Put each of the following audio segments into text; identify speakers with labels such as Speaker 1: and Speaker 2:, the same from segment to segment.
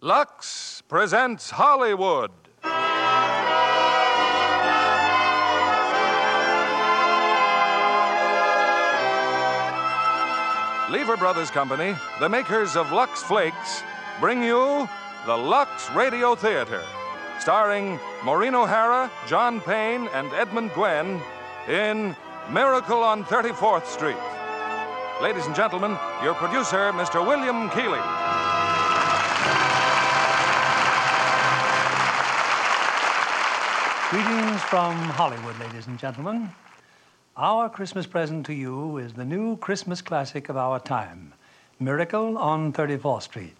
Speaker 1: Lux presents Hollywood. Lever Brothers Company, the makers of Lux Flakes, bring you the Lux Radio Theater, starring Maureen O'Hara, John Payne, and Edmund Gwen in Miracle on 34th Street. Ladies and gentlemen, your producer, Mr. William Keeley.
Speaker 2: Greetings from Hollywood, ladies and gentlemen. Our Christmas present to you is the new Christmas classic of our time, Miracle on 34th Street.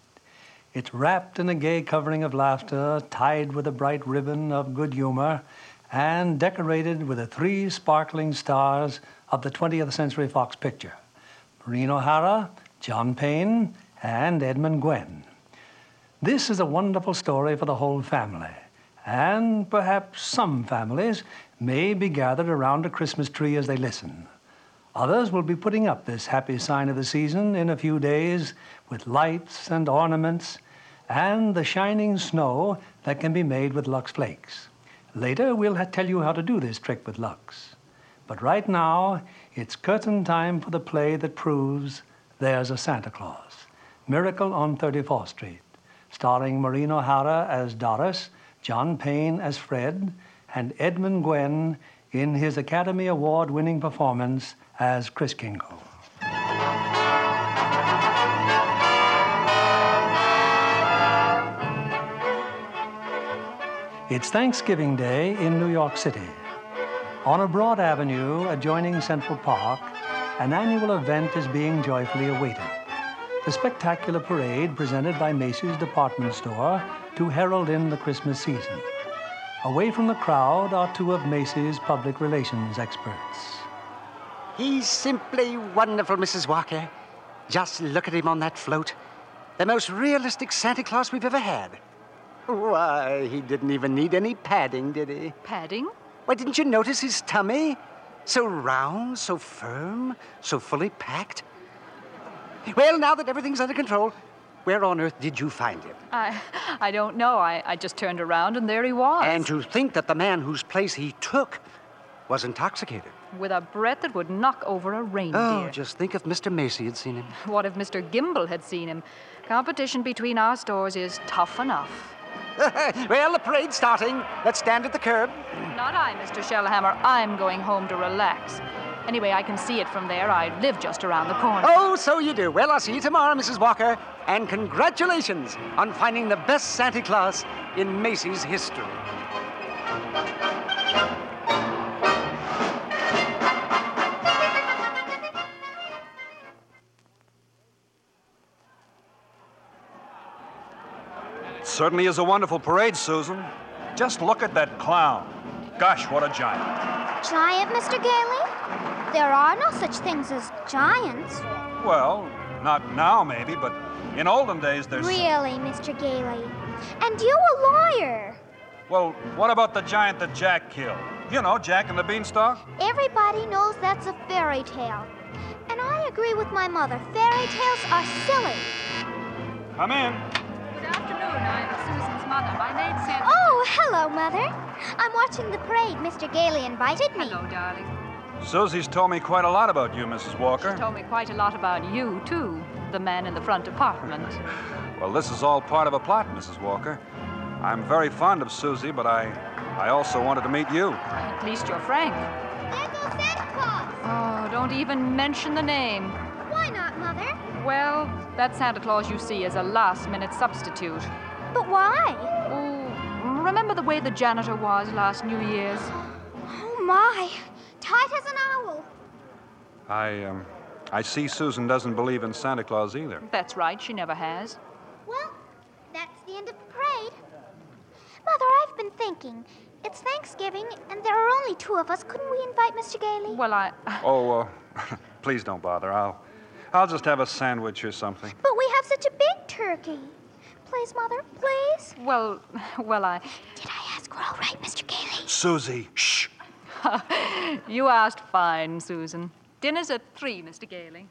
Speaker 2: It's wrapped in a gay covering of laughter, tied with a bright ribbon of good humor, and decorated with the three sparkling stars of the 20th Century Fox picture Maureen O'Hara, John Payne, and Edmund Gwen. This is a wonderful story for the whole family, and perhaps some families may be gathered around a Christmas tree as they listen. Others will be putting up this happy sign of the season in a few days with lights and ornaments and the shining snow that can be made with Lux Flakes. Later, we'll ha- tell you how to do this trick with Lux. But right now, it's curtain time for the play that proves there's a Santa Claus. Miracle on 34th Street, starring Maureen O'Hara as Doris, John Payne as Fred, and Edmund Gwen in his Academy Award winning performance as Chris Kingle. It's Thanksgiving Day in New York City. On a broad avenue adjoining Central Park, an annual event is being joyfully awaited. The spectacular parade presented by Macy's department store to herald in the Christmas season. Away from the crowd are two of Macy's public relations experts.
Speaker 3: He's simply wonderful, Mrs. Walker. Just look at him on that float. The most realistic Santa Claus we've ever had. Why, he didn't even need any padding, did he?
Speaker 4: Padding?
Speaker 3: Why, didn't you notice his tummy? So round, so firm, so fully packed. Well, now that everything's under control, where on earth did you find him?
Speaker 4: I, I don't know. I, I just turned around and there he was.
Speaker 3: And to think that the man whose place he took was intoxicated.
Speaker 4: With a breath that would knock over a reindeer.
Speaker 3: Oh, just think if Mr. Macy had seen him.
Speaker 4: What if Mr. Gimble had seen him? Competition between our stores is tough enough.
Speaker 3: well, the parade's starting. Let's stand at the curb.
Speaker 4: Not I, Mr. Shellhammer. I'm going home to relax. Anyway, I can see it from there. I live just around the corner.
Speaker 3: Oh, so you do. Well, I'll see you tomorrow, Mrs. Walker. And congratulations on finding the best Santa Claus in Macy's history.
Speaker 5: Certainly is a wonderful parade, Susan. Just look at that clown. Gosh, what a giant.
Speaker 6: Giant, Mr. Gailey? There are no such things as giants.
Speaker 5: Well, not now, maybe, but in olden days there's.
Speaker 6: Really, Mr. Gailey. And you a lawyer.
Speaker 5: Well, what about the giant that Jack killed? You know, Jack and the Beanstalk?
Speaker 6: Everybody knows that's a fairy tale. And I agree with my mother. Fairy tales are silly.
Speaker 5: Come in.
Speaker 4: Good afternoon. I'm
Speaker 3: Oh.
Speaker 4: Susan's mother. My name's Sam.
Speaker 6: Oh, hello, Mother. I'm watching the parade. Mr. Gailey invited me.
Speaker 4: Hello, darling.
Speaker 5: Susie's told me quite a lot about you, Mrs.
Speaker 4: She
Speaker 5: Walker.
Speaker 4: told me quite a lot about you, too. The man in the front apartment.
Speaker 5: Well, this is all part of a plot, Mrs. Walker. I'm very fond of Susie, but I. I also wanted to meet you.
Speaker 4: At least you're frank.
Speaker 6: There goes Santa Claus.
Speaker 4: Oh, don't even mention the name.
Speaker 6: Why not, Mother?
Speaker 4: Well, that Santa Claus you see is a last minute substitute.
Speaker 6: But why?
Speaker 4: Oh, remember the way the janitor was last New Year's?
Speaker 6: Oh, my. Tight as an owl.
Speaker 5: I, um. I see Susan doesn't believe in Santa Claus either.
Speaker 4: That's right, she never has.
Speaker 6: Well, that's the end of the parade. Mother, I've been thinking. It's Thanksgiving, and there are only two of us. Couldn't we invite Mr. Gailey?
Speaker 4: Well, I.
Speaker 5: Oh, uh, please don't bother. I'll, I'll just have a sandwich or something.
Speaker 6: But we have such a big turkey. Please, Mother, please.
Speaker 4: Well, well, I.
Speaker 6: Did I ask her all right, Mr. Gailey?
Speaker 5: Susie, shh.
Speaker 4: You asked fine, Susan. Dinner's at three, Mr. Gailey.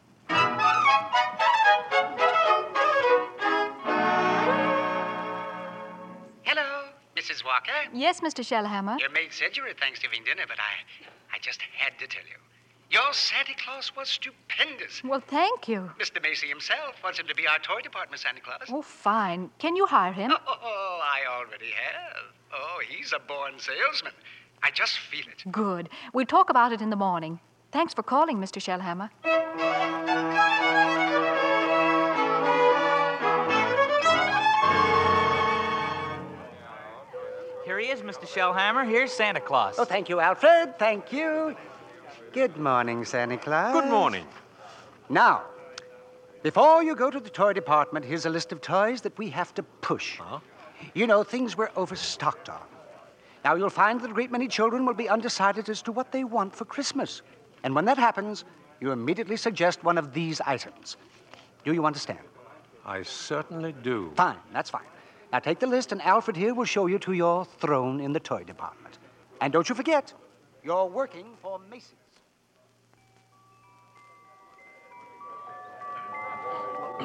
Speaker 7: Hello, Mrs. Walker.
Speaker 4: Yes, Mr. Shellhammer.
Speaker 7: Your maid said you were at Thanksgiving dinner, but I, I just had to tell you. Your Santa Claus was stupendous.
Speaker 4: Well, thank you.
Speaker 7: Mr. Macy himself wants him to be our toy department Santa Claus.
Speaker 4: Oh, fine. Can you hire him?
Speaker 7: Oh, I already have. Oh, he's a born salesman. I just feel it.
Speaker 4: Good. We'll talk about it in the morning. Thanks for calling, Mr. Shellhammer.
Speaker 8: Here he is, Mr. Shellhammer. Here's Santa Claus.
Speaker 3: Oh, thank you, Alfred. Thank you. Good morning, Santa Claus.
Speaker 9: Good morning.
Speaker 3: Now, before you go to the toy department, here's a list of toys that we have to push.
Speaker 9: Uh-huh.
Speaker 3: You know, things we're overstocked on. Now, you'll find that a great many children will be undecided as to what they want for Christmas. And when that happens, you immediately suggest one of these items. Do you understand?
Speaker 9: I certainly do.
Speaker 3: Fine, that's fine. Now take the list, and Alfred here will show you to your throne in the toy department. And don't you forget, you're working for Macy's.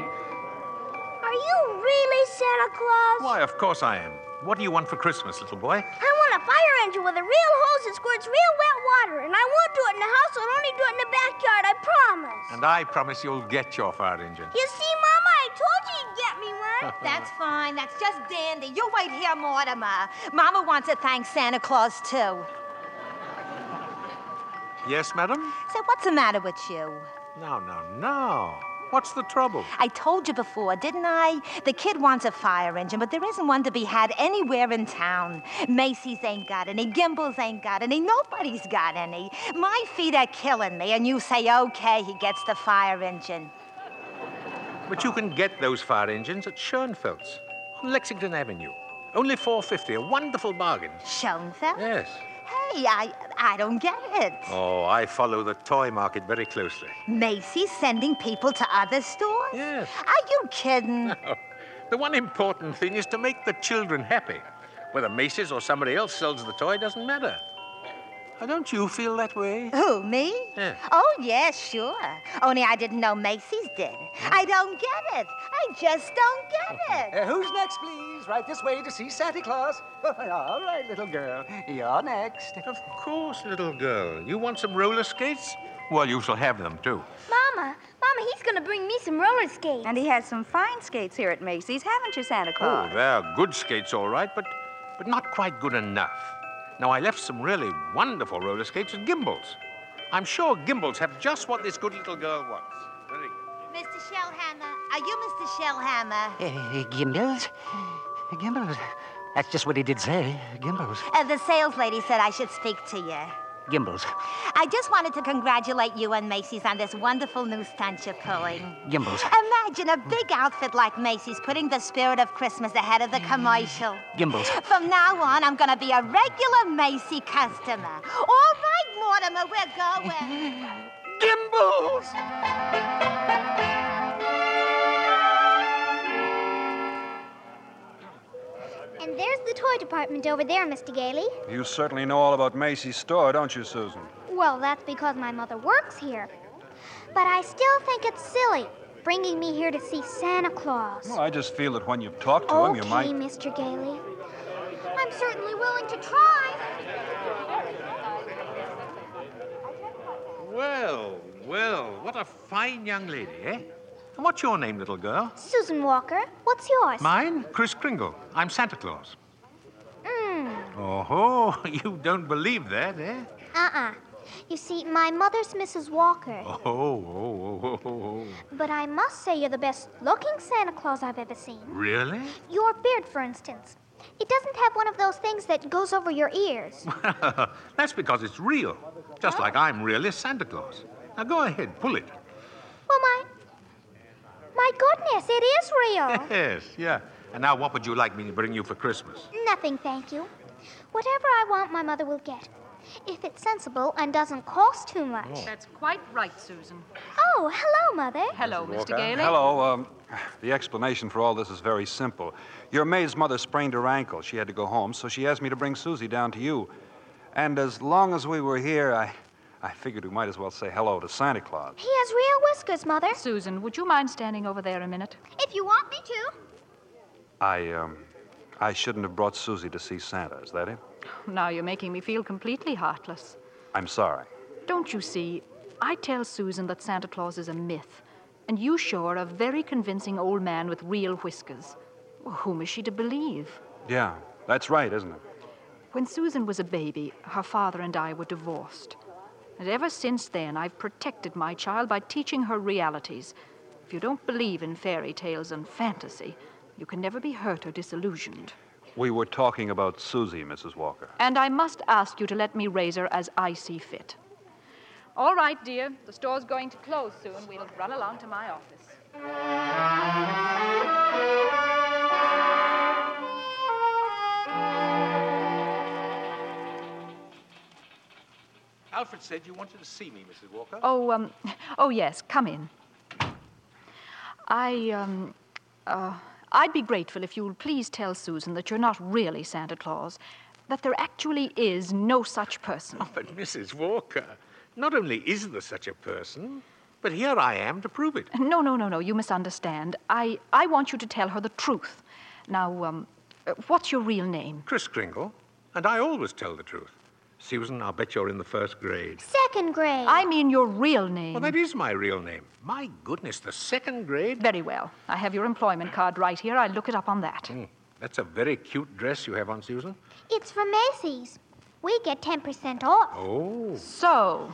Speaker 6: Are you really Santa Claus?
Speaker 9: Why, of course I am. What do you want for Christmas, little boy?
Speaker 6: I want a fire engine with a real hose that squirts real wet water, and I won't do it in the house. I'll only do it in the backyard. I promise.
Speaker 9: And I promise you'll get your fire engine.
Speaker 6: You see, Mama, I told you you'd get me one.
Speaker 10: That's fine. That's just dandy. You wait here, Mortimer. Mama wants to thank Santa Claus, too.
Speaker 9: Yes, madam?
Speaker 10: So, what's the matter with you?
Speaker 9: No, no, no. What's the trouble?
Speaker 10: I told you before, didn't I? The kid wants a fire engine, but there isn't one to be had anywhere in town. Macy's ain't got any, Gimbel's ain't got any, nobody's got any. My feet are killing me, and you say, okay, he gets the fire engine.
Speaker 9: But you can get those fire engines at Schoenfeld's on Lexington Avenue. Only 450, a wonderful bargain.
Speaker 10: Schoenfeld?
Speaker 9: Yes.
Speaker 10: Hey, I, I don't get it.
Speaker 9: Oh, I follow the toy market very closely.
Speaker 10: Macy's sending people to other stores?
Speaker 9: Yes.
Speaker 10: Are you kidding?
Speaker 9: Oh, the one important thing is to make the children happy. Whether Macy's or somebody else sells the toy doesn't matter. Now, uh, don't you feel that way?
Speaker 10: Who, me?
Speaker 9: Yeah.
Speaker 10: Oh, yeah, sure. Only I didn't know Macy's did. I don't get it. I just don't get it.
Speaker 3: Uh, who's next, please? Right this way to see Santa Claus. All right, little girl, you're next.
Speaker 9: Of course, little girl. You want some roller skates? Well, you shall have them too.
Speaker 6: Mama, Mama, he's gonna bring me some roller skates.
Speaker 11: And he has some fine skates here at Macy's, haven't you, Santa
Speaker 3: Ah.
Speaker 9: Oh,
Speaker 11: Claus?
Speaker 9: they're good skates, all right, but but not quite good enough. Now I left some really wonderful roller skates at Gimbals. I'm sure Gimbals have just what this good little girl wants. Very good.
Speaker 10: Mr. Shellhammer, are you Mr. Shellhammer?
Speaker 3: Uh, Gimbals? Gimbals. Eh, That's just what he did say. Gimbals.
Speaker 10: Uh, the sales lady said I should speak to you.
Speaker 3: Gimbals.
Speaker 10: I just wanted to congratulate you and Macy's on this wonderful new stunt you're pulling.
Speaker 3: Gimbals.
Speaker 7: Uh,
Speaker 10: Imagine a big outfit like Macy's putting the spirit of Christmas ahead of the commercial.
Speaker 3: Gimbals.
Speaker 10: From now on, I'm going to be a regular Macy customer. All right, Mortimer, we're going.
Speaker 3: Gimbals!
Speaker 6: And there's the toy department over there, Mr. Gailey.
Speaker 5: You certainly know all about Macy's store, don't you, Susan?
Speaker 6: Well, that's because my mother works here. But I still think it's silly bringing me here to see Santa Claus.
Speaker 5: Well, I just feel that when you've talked to him,
Speaker 6: okay,
Speaker 5: you might.
Speaker 6: Mr. Gailey. I'm certainly willing to try.
Speaker 9: Well, well, what a fine young lady, eh? And what's your name, little girl?
Speaker 6: Susan Walker, what's yours?
Speaker 9: Mine? Chris Kringle. I'm Santa Claus.
Speaker 6: Hmm,
Speaker 9: Mm. Oh, you don't believe that, eh?
Speaker 6: Uh-uh. You see, my mother's Mrs. Walker.
Speaker 9: Oh, oh, oh, oh, oh.
Speaker 6: But I must say you're the best looking Santa Claus I've ever seen.
Speaker 9: Really?
Speaker 6: Your beard, for instance. It doesn't have one of those things that goes over your ears.
Speaker 9: That's because it's real. Just like I'm really Santa Claus. Now go ahead, pull it.
Speaker 6: Well, my. My goodness, it is real.
Speaker 9: Yes, yeah. And now, what would you like me to bring you for Christmas?
Speaker 6: Nothing, thank you. Whatever I want, my mother will get. If it's sensible and doesn't cost too much.
Speaker 4: That's quite right, Susan.
Speaker 6: Oh, hello, Mother.
Speaker 4: Hello,
Speaker 5: Walker.
Speaker 4: Mr. Gailey.
Speaker 5: Hello. Um, the explanation for all this is very simple. Your maid's mother sprained her ankle. She had to go home, so she asked me to bring Susie down to you. And as long as we were here, I, I figured we might as well say hello to Santa Claus.
Speaker 6: He has real whiskers, Mother.
Speaker 4: Susan, would you mind standing over there a minute?
Speaker 6: If you want me to.
Speaker 5: I, um, I shouldn't have brought Susie to see Santa. Is that it?
Speaker 4: Now you're making me feel completely heartless.
Speaker 5: I'm sorry.
Speaker 4: Don't you see? I tell Susan that Santa Claus is a myth, and you show her a very convincing old man with real whiskers. Well, whom is she to believe?
Speaker 5: Yeah, that's right, isn't it?
Speaker 4: When Susan was a baby, her father and I were divorced. And ever since then, I've protected my child by teaching her realities. If you don't believe in fairy tales and fantasy, you can never be hurt or disillusioned.
Speaker 5: We were talking about Susie, Mrs. Walker.
Speaker 4: And I must ask you to let me raise her as I see fit. All right, dear. The store's going to close soon. We'll run along to my office.
Speaker 9: Alfred said you wanted to see me, Mrs. Walker.
Speaker 4: Oh, um, oh yes, come in. I, um, uh, I'd be grateful if you'll please tell Susan that you're not really Santa Claus, that there actually is no such person.
Speaker 9: But Mrs. Walker, not only is there such a person, but here I am to prove it.
Speaker 4: No, no, no, no, you misunderstand. I, I want you to tell her the truth. Now, um, uh, what's your real name?
Speaker 9: Chris Kringle, and I always tell the truth. Susan, I'll bet you're in the first grade.
Speaker 6: Second grade.
Speaker 4: I mean your real name.
Speaker 9: Well, that is my real name. My goodness, the second grade?
Speaker 4: Very well. I have your employment card right here. I'll look it up on that.
Speaker 9: Hmm. That's a very cute dress you have on, Susan.
Speaker 6: It's from Macy's. We get 10% off.
Speaker 9: Oh.
Speaker 4: So,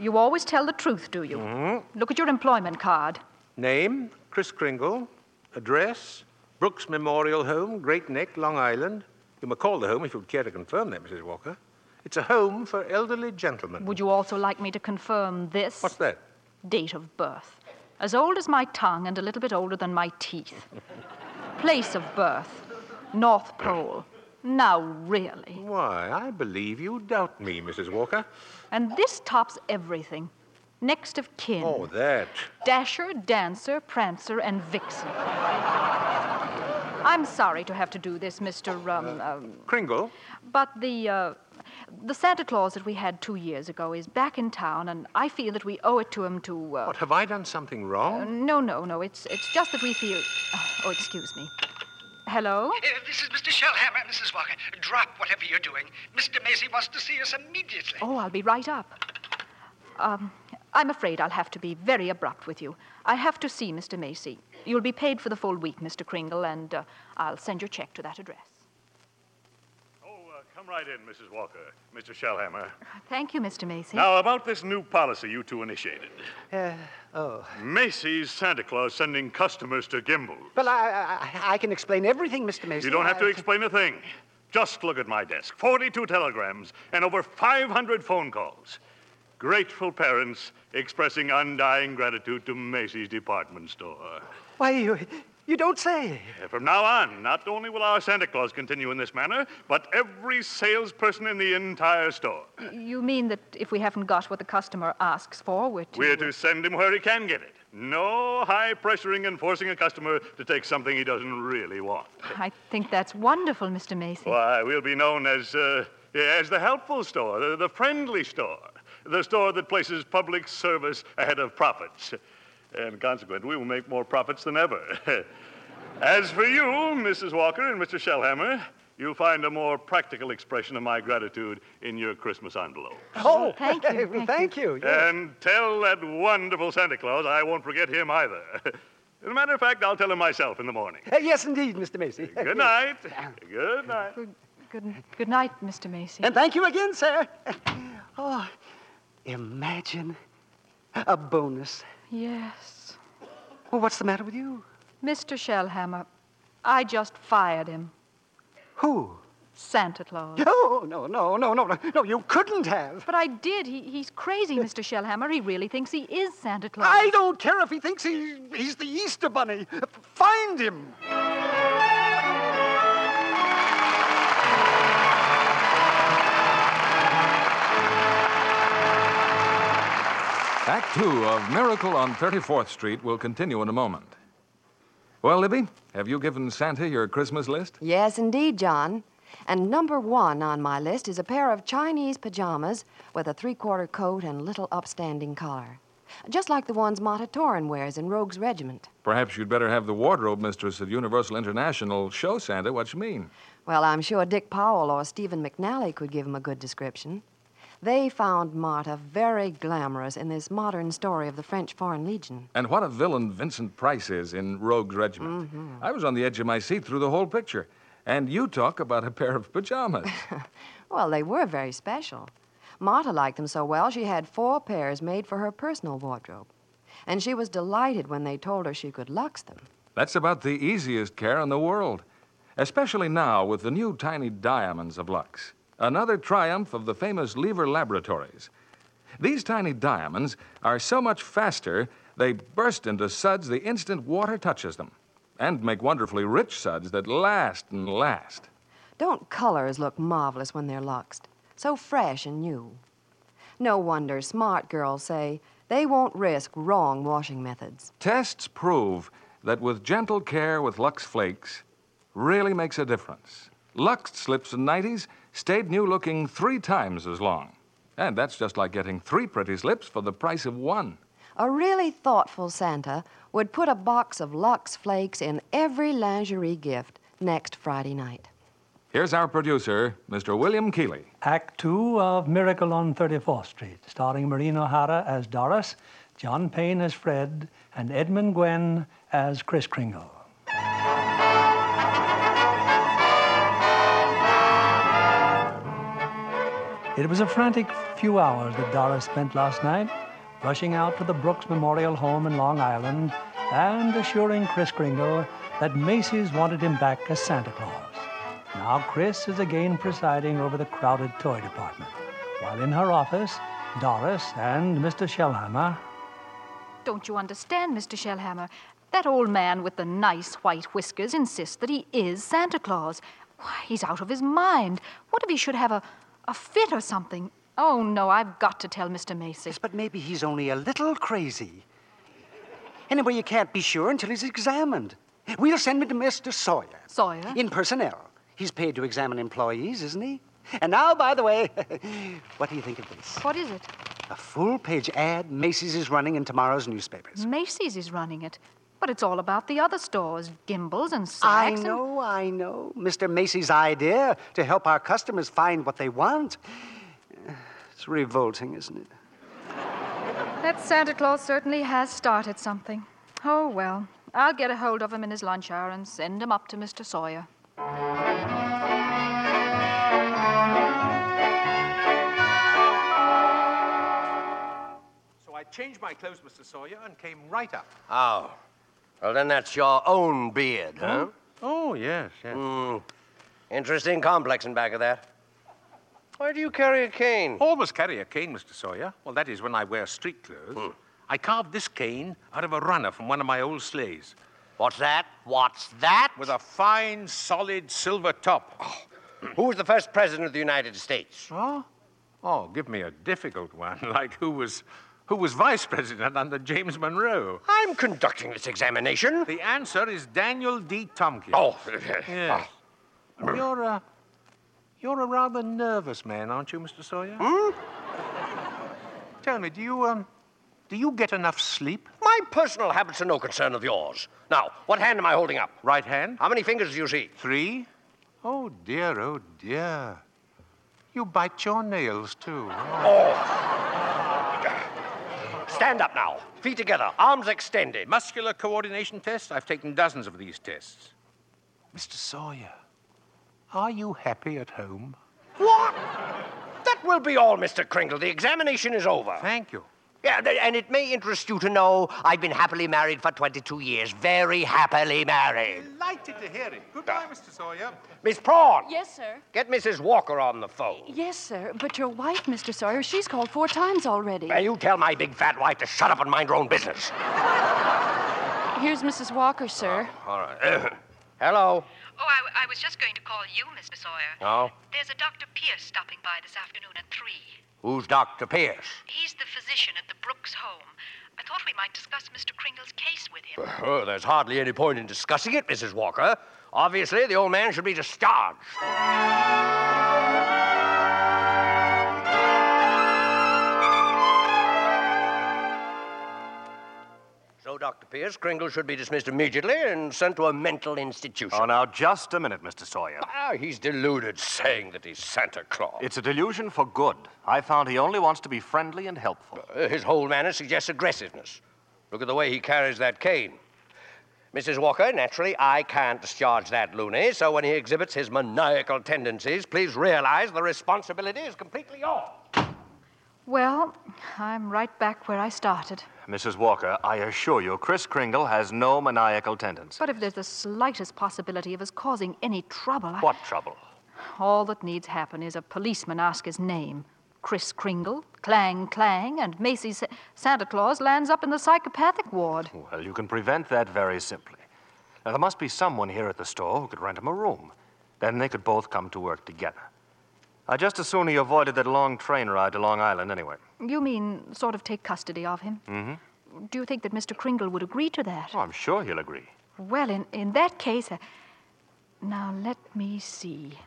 Speaker 4: you always tell the truth, do you?
Speaker 9: Mm-hmm.
Speaker 4: Look at your employment card.
Speaker 9: Name, Chris Kringle. Address, Brooks Memorial Home, Great Neck, Long Island. You may call the home if you'd care to confirm that, Mrs. Walker. It's a home for elderly gentlemen.
Speaker 4: Would you also like me to confirm this?
Speaker 9: What's that?
Speaker 4: Date of birth. As old as my tongue and a little bit older than my teeth. Place of birth. North Pole. Now, really.
Speaker 9: Why, I believe you doubt me, Mrs. Walker.
Speaker 4: And this tops everything. Next of kin.
Speaker 9: Oh, that.
Speaker 4: Dasher, Dancer, Prancer, and Vixen. I'm sorry to have to do this, Mr. Um, um,
Speaker 9: Kringle,
Speaker 4: but the uh, the Santa Claus that we had two years ago is back in town, and I feel that we owe it to him to. Uh,
Speaker 9: what, have I done something wrong?
Speaker 4: uh, no, no, no. It's it's just that we feel. Oh, excuse me. Hello.
Speaker 7: Uh, this is Mr. Shellhammer, Mrs. Walker. Drop whatever you're doing. Mr. Macy wants to see us immediately.
Speaker 4: Oh, I'll be right up. Um, I'm afraid I'll have to be very abrupt with you. I have to see Mr. Macy. You'll be paid for the full week, Mr. Kringle, and uh, I'll send your check to that address.
Speaker 12: Oh, uh, come right in, Mrs. Walker, Mr. Shellhammer.
Speaker 4: Thank you, Mr. Macy.
Speaker 12: Now, about this new policy you two initiated
Speaker 3: Uh, oh.
Speaker 12: Macy's Santa Claus sending customers to Gimbal.
Speaker 3: Well, I, I, I can explain everything, Mr. Mason.
Speaker 12: You don't have to
Speaker 3: I-
Speaker 12: explain a thing. Just look at my desk 42 telegrams and over 500 phone calls. Grateful parents expressing undying gratitude to Macy's department store.
Speaker 3: Why, you, you don't say.
Speaker 12: And From now on, not only will our Santa Claus continue in this manner, but every salesperson in the entire store.
Speaker 4: You mean that if we haven't got what the customer asks for, we're to.
Speaker 12: We're to send him where he can get it. No high pressuring and forcing a customer to take something he doesn't really want.
Speaker 4: I think that's wonderful, Mr. Macy.
Speaker 12: Why, we'll be known as, uh, as the helpful store, the, the friendly store, the store that places public service ahead of profits. And consequently, we will make more profits than ever. as for you, Mrs. Walker and Mr. Shellhammer, you'll find a more practical expression of my gratitude in your Christmas envelope.
Speaker 3: Oh, thank you. Thank, you. yes.
Speaker 12: And tell that wonderful Santa Claus I won't forget him either. As a matter of fact, I'll tell him myself in the morning.
Speaker 3: Uh, yes, indeed, Mr. Macy.
Speaker 12: Good night. Good night.
Speaker 4: Good, good night, Mr. Macy.
Speaker 3: And thank you again, sir. Oh, imagine a bonus.
Speaker 4: Yes.
Speaker 3: Well, what's the matter with you?
Speaker 4: Mr. Shellhammer, I just fired him.
Speaker 3: Who? Oh,
Speaker 4: Santa Claus.
Speaker 3: No, no, no, no, no, no, no, you couldn't have.
Speaker 4: But I did. He, he's crazy, Mr. Shellhammer. He really thinks he is Santa Claus.
Speaker 3: I don't care if he thinks he, he's the Easter Bunny. Find him.
Speaker 13: Act two of Miracle on 34th Street will continue in a moment. Well, Libby, have you given Santa your Christmas list?
Speaker 14: Yes, indeed, John. And number one on my list is a pair of Chinese pajamas with a three quarter coat and little upstanding collar. Just like the ones Mata Torin wears in Rogue's Regiment.
Speaker 13: Perhaps you'd better have the wardrobe mistress of Universal International show Santa what you mean.
Speaker 14: Well, I'm sure Dick Powell or Stephen McNally could give him a good description. They found Marta very glamorous in this modern story of the French Foreign Legion.
Speaker 13: And what a villain Vincent Price is in Rogue's Regiment.
Speaker 14: Mhm.
Speaker 13: I was on the edge of my seat through the whole picture. And you talk about a pair of pajamas.
Speaker 14: Well, they were very special. Marta liked them so well, she had four pairs made for her personal wardrobe. And she was delighted when they told her she could lux them.
Speaker 13: That's about the easiest care in the world, especially now with the new tiny diamonds of Lux. Another triumph of the famous Lever Laboratories. These tiny diamonds are so much faster, they burst into suds the instant water touches them, and make wonderfully rich suds that last and last.
Speaker 14: Don't colors look marvelous when they're luxed? So fresh and new. No wonder smart girls say they won't risk wrong washing methods.
Speaker 13: Tests prove that with gentle care with Lux Flakes really makes a difference. Lux slips and 90s stayed new looking three times as long. And that's just like getting three pretty slips for the price of one.
Speaker 14: A really thoughtful Santa would put a box of Lux Flakes in every lingerie gift next Friday night.
Speaker 13: Here's our producer, Mr. William Keeley.
Speaker 2: Act two of Miracle on 34th Street, starring Maureen O'Hara as Doris, John Payne as Fred, and Edmund Gwen as Kris Kringle. It was a frantic few hours that Doris spent last night, rushing out to the Brooks Memorial Home in Long Island and assuring Kris Kringle that Macy's wanted him back as Santa Claus. Now Chris is again presiding over the crowded toy department, while in her office, Doris and Mr. Shellhammer.
Speaker 4: Don't you understand, Mr. Shellhammer? That old man with the nice white whiskers insists that he is Santa Claus. Why, he's out of his mind. What if he should have a, a fit or something? Oh, no, I've got to tell Mr. Macy.
Speaker 3: But maybe he's only a little crazy. Anyway, you can't be sure until he's examined. We'll send him to Mr. Sawyer.
Speaker 4: Sawyer?
Speaker 3: In personnel. He's paid to examine employees, isn't he? And now, by the way, what do you think of this?
Speaker 4: What is it?
Speaker 3: A full page ad Macy's is running in tomorrow's newspapers.
Speaker 4: Macy's is running it. But it's all about the other stores, Gimbals and Saks.
Speaker 3: I know, Oh, I know. Mr. Macy's idea to help our customers find what they want. It's revolting, isn't it?
Speaker 4: And that Santa Claus certainly has started something. Oh, well, I'll get a hold of him in his lunch hour and send him up to Mr. Sawyer.
Speaker 9: So I changed my clothes, Mr. Sawyer, and came right up.
Speaker 15: Oh. Well, then that's your own beard, huh? Hmm.
Speaker 9: Oh, yes, yes.
Speaker 15: Interesting complex in back of that. Why do you carry a cane?
Speaker 9: Always carry a cane, Mr. Sawyer. Well, that is when I wear street clothes.
Speaker 15: Hmm.
Speaker 9: I carved this cane out of a runner from one of my old sleighs. What's that? What's that? With a fine, solid silver top.
Speaker 15: Who was the first president of the United States?
Speaker 9: Oh? Oh, give me a difficult one, like who was who was vice president under James Monroe.
Speaker 15: I'm conducting this examination.
Speaker 9: The answer is Daniel D. Tompkins.
Speaker 15: Oh,
Speaker 9: yes. You're a you're a rather nervous man, aren't you, Mr. Sawyer? Tell me, do you um do you get enough sleep?
Speaker 15: My personal habits are no concern of yours. Now, what hand am I holding up?
Speaker 9: Right hand.
Speaker 15: How many fingers do you see?
Speaker 9: Three. Oh dear, oh dear. You bite your nails too.
Speaker 15: Oh. Stand up now. Feet together, arms extended.
Speaker 9: Muscular coordination tests? I've taken dozens of these tests. Mr. Sawyer, are you happy at home?
Speaker 15: What? That will be all, Mr. Kringle. The examination is over.
Speaker 9: Thank you.
Speaker 15: Yeah, th- and it may interest you to know I've been happily married for 22 years. Very happily married.
Speaker 9: Delighted to hear it. Goodbye, Mr. Sawyer.
Speaker 15: Miss Prawn,
Speaker 16: Yes, sir.
Speaker 15: get Mrs. Walker on the phone.
Speaker 16: Yes, sir. But your wife, Mr. Sawyer, she's called four times already.
Speaker 15: Now, you tell my big fat wife to shut up and mind her own business.
Speaker 16: Here's Mrs. Walker, sir.
Speaker 15: All right. Hello.
Speaker 17: Oh, I, I was just going to call you, Mr. Sawyer.
Speaker 15: No?
Speaker 17: There's a Dr. Pierce stopping by this afternoon at 3.
Speaker 15: Who's Dr. Pierce?
Speaker 4: He's the physician at the Brooks home. I thought we might discuss Mr. Kringle's case with him.
Speaker 15: Uh, there's hardly any point in discussing it, Mrs. Walker. Obviously, the old man should be discharged. So, Dr. Pierce, Kringle should be dismissed immediately and sent to a mental institution.
Speaker 18: Oh, now, just a minute, Mr. Sawyer.
Speaker 15: Ah, he's deluded saying that he's Santa Claus.
Speaker 18: It's a delusion for good. I found he only wants to be friendly and helpful.
Speaker 15: Uh, His whole manner suggests aggressiveness. Look at the way he carries that cane. Mrs. Walker, naturally, I can't discharge that loony, so when he exhibits his maniacal tendencies, please realize the responsibility is completely yours.
Speaker 4: Well, I'm right back where I started.
Speaker 18: Mrs. Walker, I assure you, Chris Kringle has no maniacal tendency.
Speaker 4: But if there's the slightest possibility of us causing any trouble, I-
Speaker 18: What trouble?
Speaker 4: all that needs happen is a policeman ask his name. Chris Kringle, clang, clang, and Macy's Sa- Santa Claus lands up in the psychopathic ward.
Speaker 18: Well, you can prevent that very simply. Now, there must be someone here at the store who could rent him a room. Then they could both come to work together. I just as soon he avoided that long train ride to Long Island, anyway.
Speaker 4: You mean sort of take custody of him?
Speaker 18: Mm-hmm.
Speaker 4: Do you think that Mr. Kringle would agree to that?
Speaker 18: Oh, I'm sure he'll agree.
Speaker 4: Well, in, in that case, uh, now let me see.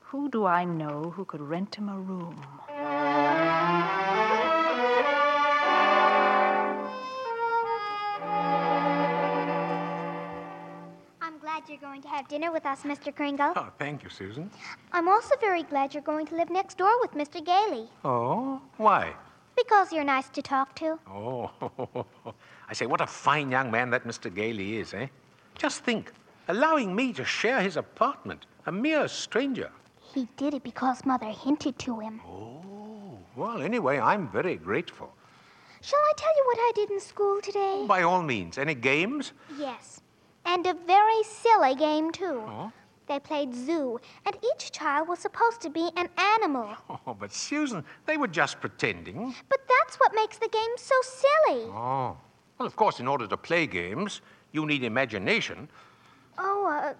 Speaker 4: Who do I know who could rent him a room?
Speaker 6: I'm glad you're going to have dinner with us, Mr. Kringle.
Speaker 9: Oh, thank you, Susan.
Speaker 6: I'm also very glad you're going to live next door with Mr. Gailey.
Speaker 9: Oh, why?
Speaker 6: Because you're nice to talk to.
Speaker 9: Oh, I say, what a fine young man that Mr. Gailey is, eh? Just think, allowing me to share his apartment, a mere stranger.
Speaker 6: He did it because Mother hinted to him.
Speaker 9: Well, anyway, I'm very grateful.
Speaker 6: Shall I tell you what I did in school today?
Speaker 9: By all means, any games?
Speaker 6: Yes. And a very silly game, too.
Speaker 9: Oh.
Speaker 6: They played zoo, and each child was supposed to be an animal.
Speaker 9: Oh, but Susan, they were just pretending.
Speaker 6: But that's what makes the game so silly.
Speaker 9: Oh. Well, of course, in order to play games, you need imagination.
Speaker 6: Oh, uh,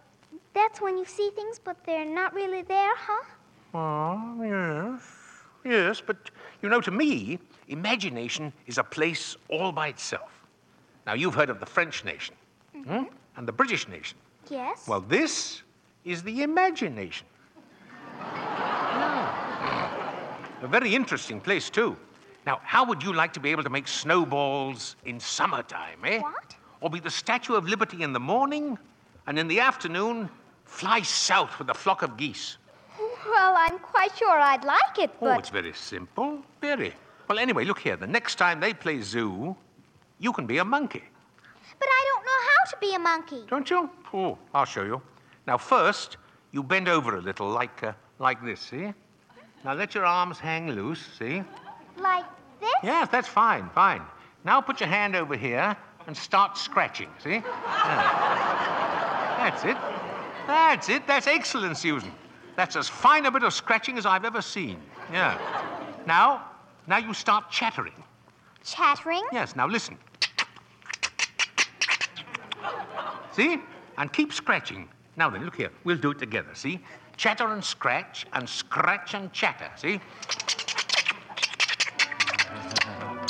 Speaker 6: that's when you see things, but they're not really there, huh?
Speaker 9: Oh, yes. Yes, but you know, to me, imagination is a place all by itself. Now, you've heard of the French nation hmm? and the British nation.
Speaker 6: Yes.
Speaker 9: Well, this is the imagination. Hmm. A very interesting place, too. Now, how would you like to be able to make snowballs in summertime, eh? What? Or be the Statue of Liberty in the morning, and in the afternoon, fly south with a flock of geese?
Speaker 6: Well, I'm quite sure I'd like it,
Speaker 9: Oh,
Speaker 6: but
Speaker 9: it's very simple. Very. Well, anyway, look here. The next time they play zoo, you can be a monkey,
Speaker 6: but I don't know how to be a monkey.
Speaker 9: Oh. don't you? Oh, I'll show you. Now, first, you bend over a little, like uh, like this, see? Now let your arms hang loose, see?
Speaker 6: Like this?
Speaker 9: Yes, that's fine, fine. Now put your hand over here and start scratching, see? Yeah. That's it. That's it. That's excellent, Susan. That's as fine a bit of scratching as I've ever seen. Yeah. Now, now you start chattering.
Speaker 6: Chattering?
Speaker 9: Yes, now listen. See? And keep scratching. Now then, look here. We'll do it together, see? Chatter and scratch, and scratch and chatter, see?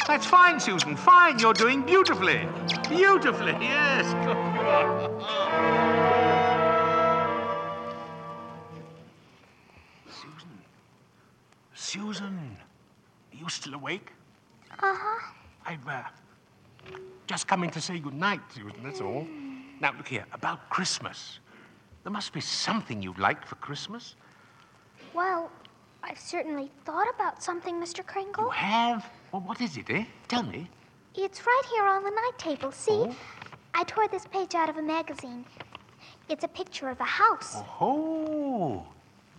Speaker 9: That's fine, Susan. Fine. You're doing beautifully. Beautifully, yes. Susan. Susan. Are you still awake?
Speaker 6: Uh huh.
Speaker 9: I've uh, just come in to say good night, Susan, that's all. Now, look here, about Christmas. There must be something you'd like for Christmas.
Speaker 6: Well, I've certainly thought about something, Mr. Kringle.
Speaker 9: Have? Well, what is it, eh? Tell me.
Speaker 6: It's right here on the night table, see? I tore this page out of a magazine. It's a picture of a house.
Speaker 9: Oh,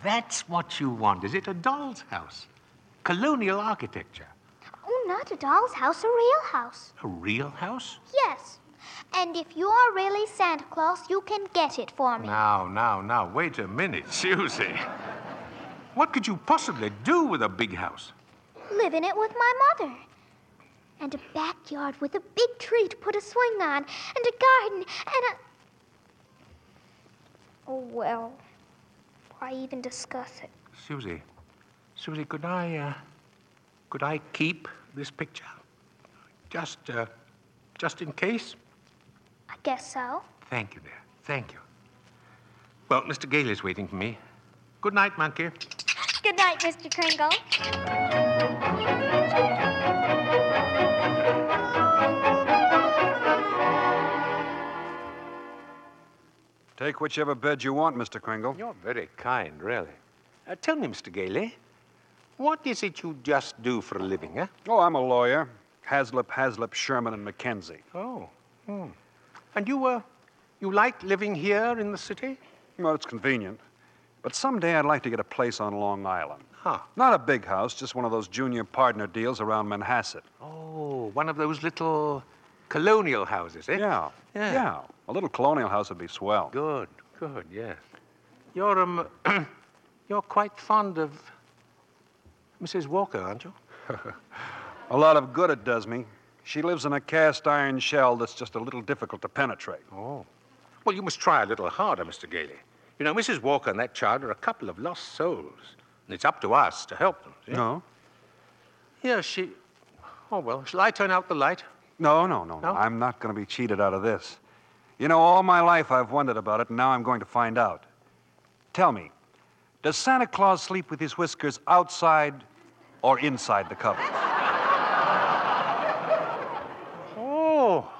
Speaker 9: that's what you want. Is it a doll's house? Colonial architecture.
Speaker 6: Oh, not a doll's house, a real house.
Speaker 9: A real house?
Speaker 6: Yes. And if you're really Santa Claus, you can get it for me.
Speaker 9: Now, now, now, wait a minute, Susie. What could you possibly do with a big house?
Speaker 6: Live in it with my mother. And a backyard with a big tree to put a swing on, and a garden, and a. Oh, well. Why even discuss it?
Speaker 9: Susie, Susie, could I, uh, Could I keep this picture? Just, uh, just in case?
Speaker 6: I guess so.
Speaker 9: Thank you, dear. Thank you. Well, Mr. Gailey's waiting for me. Good night, monkey.
Speaker 6: Good night, Mr. Kringle.
Speaker 5: Take whichever bed you want, Mr. Kringle.
Speaker 9: You're very kind, really. Uh, tell me, Mr. Gailey, what is it you just do for a living, eh? huh?
Speaker 5: Oh, I'm a lawyer. Haslip, Haslip, Sherman, and McKenzie.
Speaker 9: Oh. Hmm. And you, uh, you like living here in the city?
Speaker 5: Well, it's convenient. But someday I'd like to get a place on Long Island.
Speaker 9: Huh.
Speaker 5: Not a big house, just one of those junior partner deals around Manhasset.
Speaker 9: Oh, one of those little colonial houses, eh?
Speaker 5: Yeah.
Speaker 9: Yeah.
Speaker 5: Yeah. A little colonial house would be swell.
Speaker 9: Good, good, yes. You're, um, you're quite fond of Mrs. Walker, aren't you?
Speaker 5: A lot of good it does me. She lives in a cast iron shell that's just a little difficult to penetrate.
Speaker 9: Oh. Well, you must try a little harder, Mr. Gailey. You know, Mrs. Walker and that child are a couple of lost souls, and it's up to us to help them. See?
Speaker 5: No?
Speaker 9: Yeah, she. Oh, well, shall I turn out the light?
Speaker 5: No, no, no, no.
Speaker 9: No?
Speaker 5: I'm not going to be cheated out of this. You know, all my life I've wondered about it, and now I'm going to find out. Tell me, does Santa Claus sleep with his whiskers outside or inside the cover?
Speaker 9: Oh,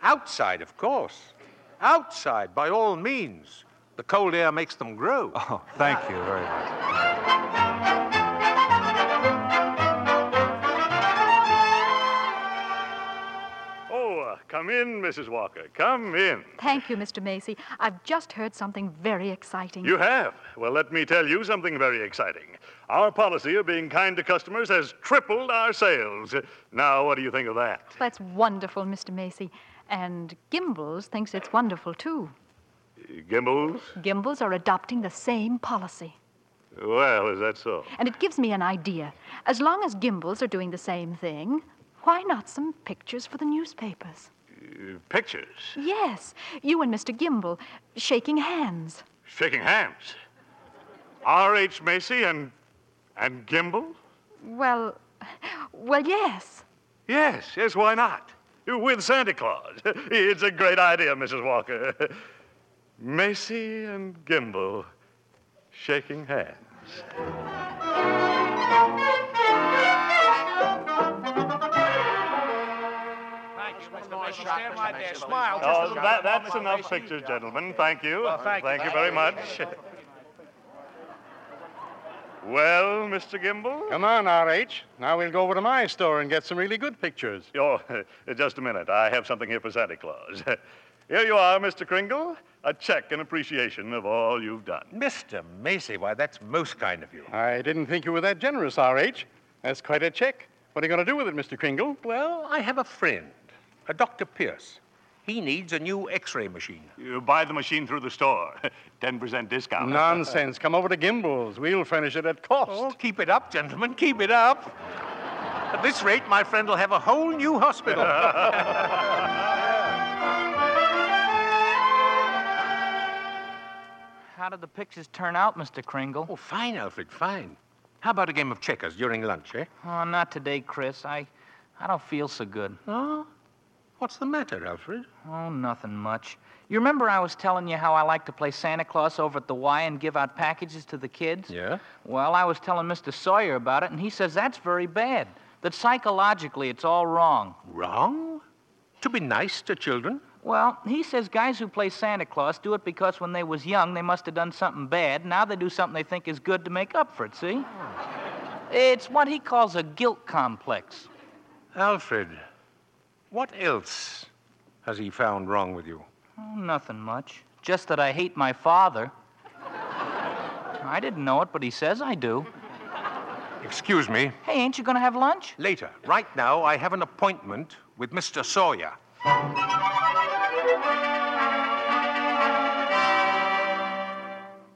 Speaker 9: outside, of course. Outside, by all means. The cold air makes them grow.
Speaker 5: Oh, thank you very much.
Speaker 12: Oh, uh, come in, Mrs. Walker. Come in.
Speaker 4: Thank you, Mr. Macy. I've just heard something very exciting.
Speaker 12: You have. Well, let me tell you something very exciting. Our policy of being kind to customers has tripled our sales. Now, what do you think of that?
Speaker 4: That's wonderful, Mr. Macy. And Gimbals thinks it's wonderful, too.
Speaker 12: Gimbals?
Speaker 4: Gimbals are adopting the same policy.
Speaker 12: Well, is that so?
Speaker 4: And it gives me an idea. As long as Gimbals are doing the same thing, why not some pictures for the newspapers?
Speaker 12: Uh, Pictures?
Speaker 4: Yes, you and Mr. Gimble shaking hands.
Speaker 12: Shaking hands? R.H. Macy and. and Gimbal?
Speaker 4: Well, well, yes.
Speaker 12: Yes, yes, why not? With Santa Claus. It's a great idea, Mrs. Walker. Macy and Gimbal shaking hands.
Speaker 7: Stand right there. Smile. just a
Speaker 12: Oh,
Speaker 7: little bit.
Speaker 12: that, that's enough pictures, gentlemen. Thank you.
Speaker 7: thank you.
Speaker 12: you very much. Well, Mr. Gimbal?
Speaker 19: Come on, R.H. Now we'll go over to my store and get some really good pictures.
Speaker 12: Oh, just a minute. I have something here for Santa Claus. Here you are, Mr. Kringle. A check in appreciation of all you've done.
Speaker 9: Mr. Macy, why, that's most kind of you.
Speaker 19: I didn't think you were that generous, R.H. That's quite a check. What are you going to do with it, Mr. Kringle?
Speaker 9: Well, I have a friend, a Dr. Pierce. He needs a new x ray machine.
Speaker 12: You buy the machine through the store. 10% discount.
Speaker 19: Nonsense. Come over to Gimbel's. We'll furnish it at cost.
Speaker 9: Oh, keep it up, gentlemen, keep it up. At this rate, my friend will have a whole new hospital.
Speaker 8: How did the pictures turn out, Mr. Kringle?
Speaker 9: Oh, fine, Alfred, fine. How about a game of checkers during lunch, eh?
Speaker 8: Oh, not today, Chris. I, I don't feel so good.
Speaker 9: Oh, what's the matter, Alfred?
Speaker 8: Oh, nothing much. You remember I was telling you how I like to play Santa Claus over at the Y and give out packages to the kids?
Speaker 9: Yeah?
Speaker 8: Well, I was telling Mr. Sawyer about it, and he says that's very bad. That psychologically it's all wrong.
Speaker 9: Wrong? To be nice to children?
Speaker 8: Well, he says guys who play Santa Claus do it because when they was young they must have done something bad. Now they do something they think is good to make up for it, see? It's what he calls a guilt complex.
Speaker 9: Alfred, what else has he found wrong with you?
Speaker 8: Oh, nothing much. Just that I hate my father. I didn't know it, but he says I do.
Speaker 9: Excuse me.
Speaker 8: Hey, ain't you gonna have lunch?
Speaker 9: Later. Right now, I have an appointment with Mr. Sawyer.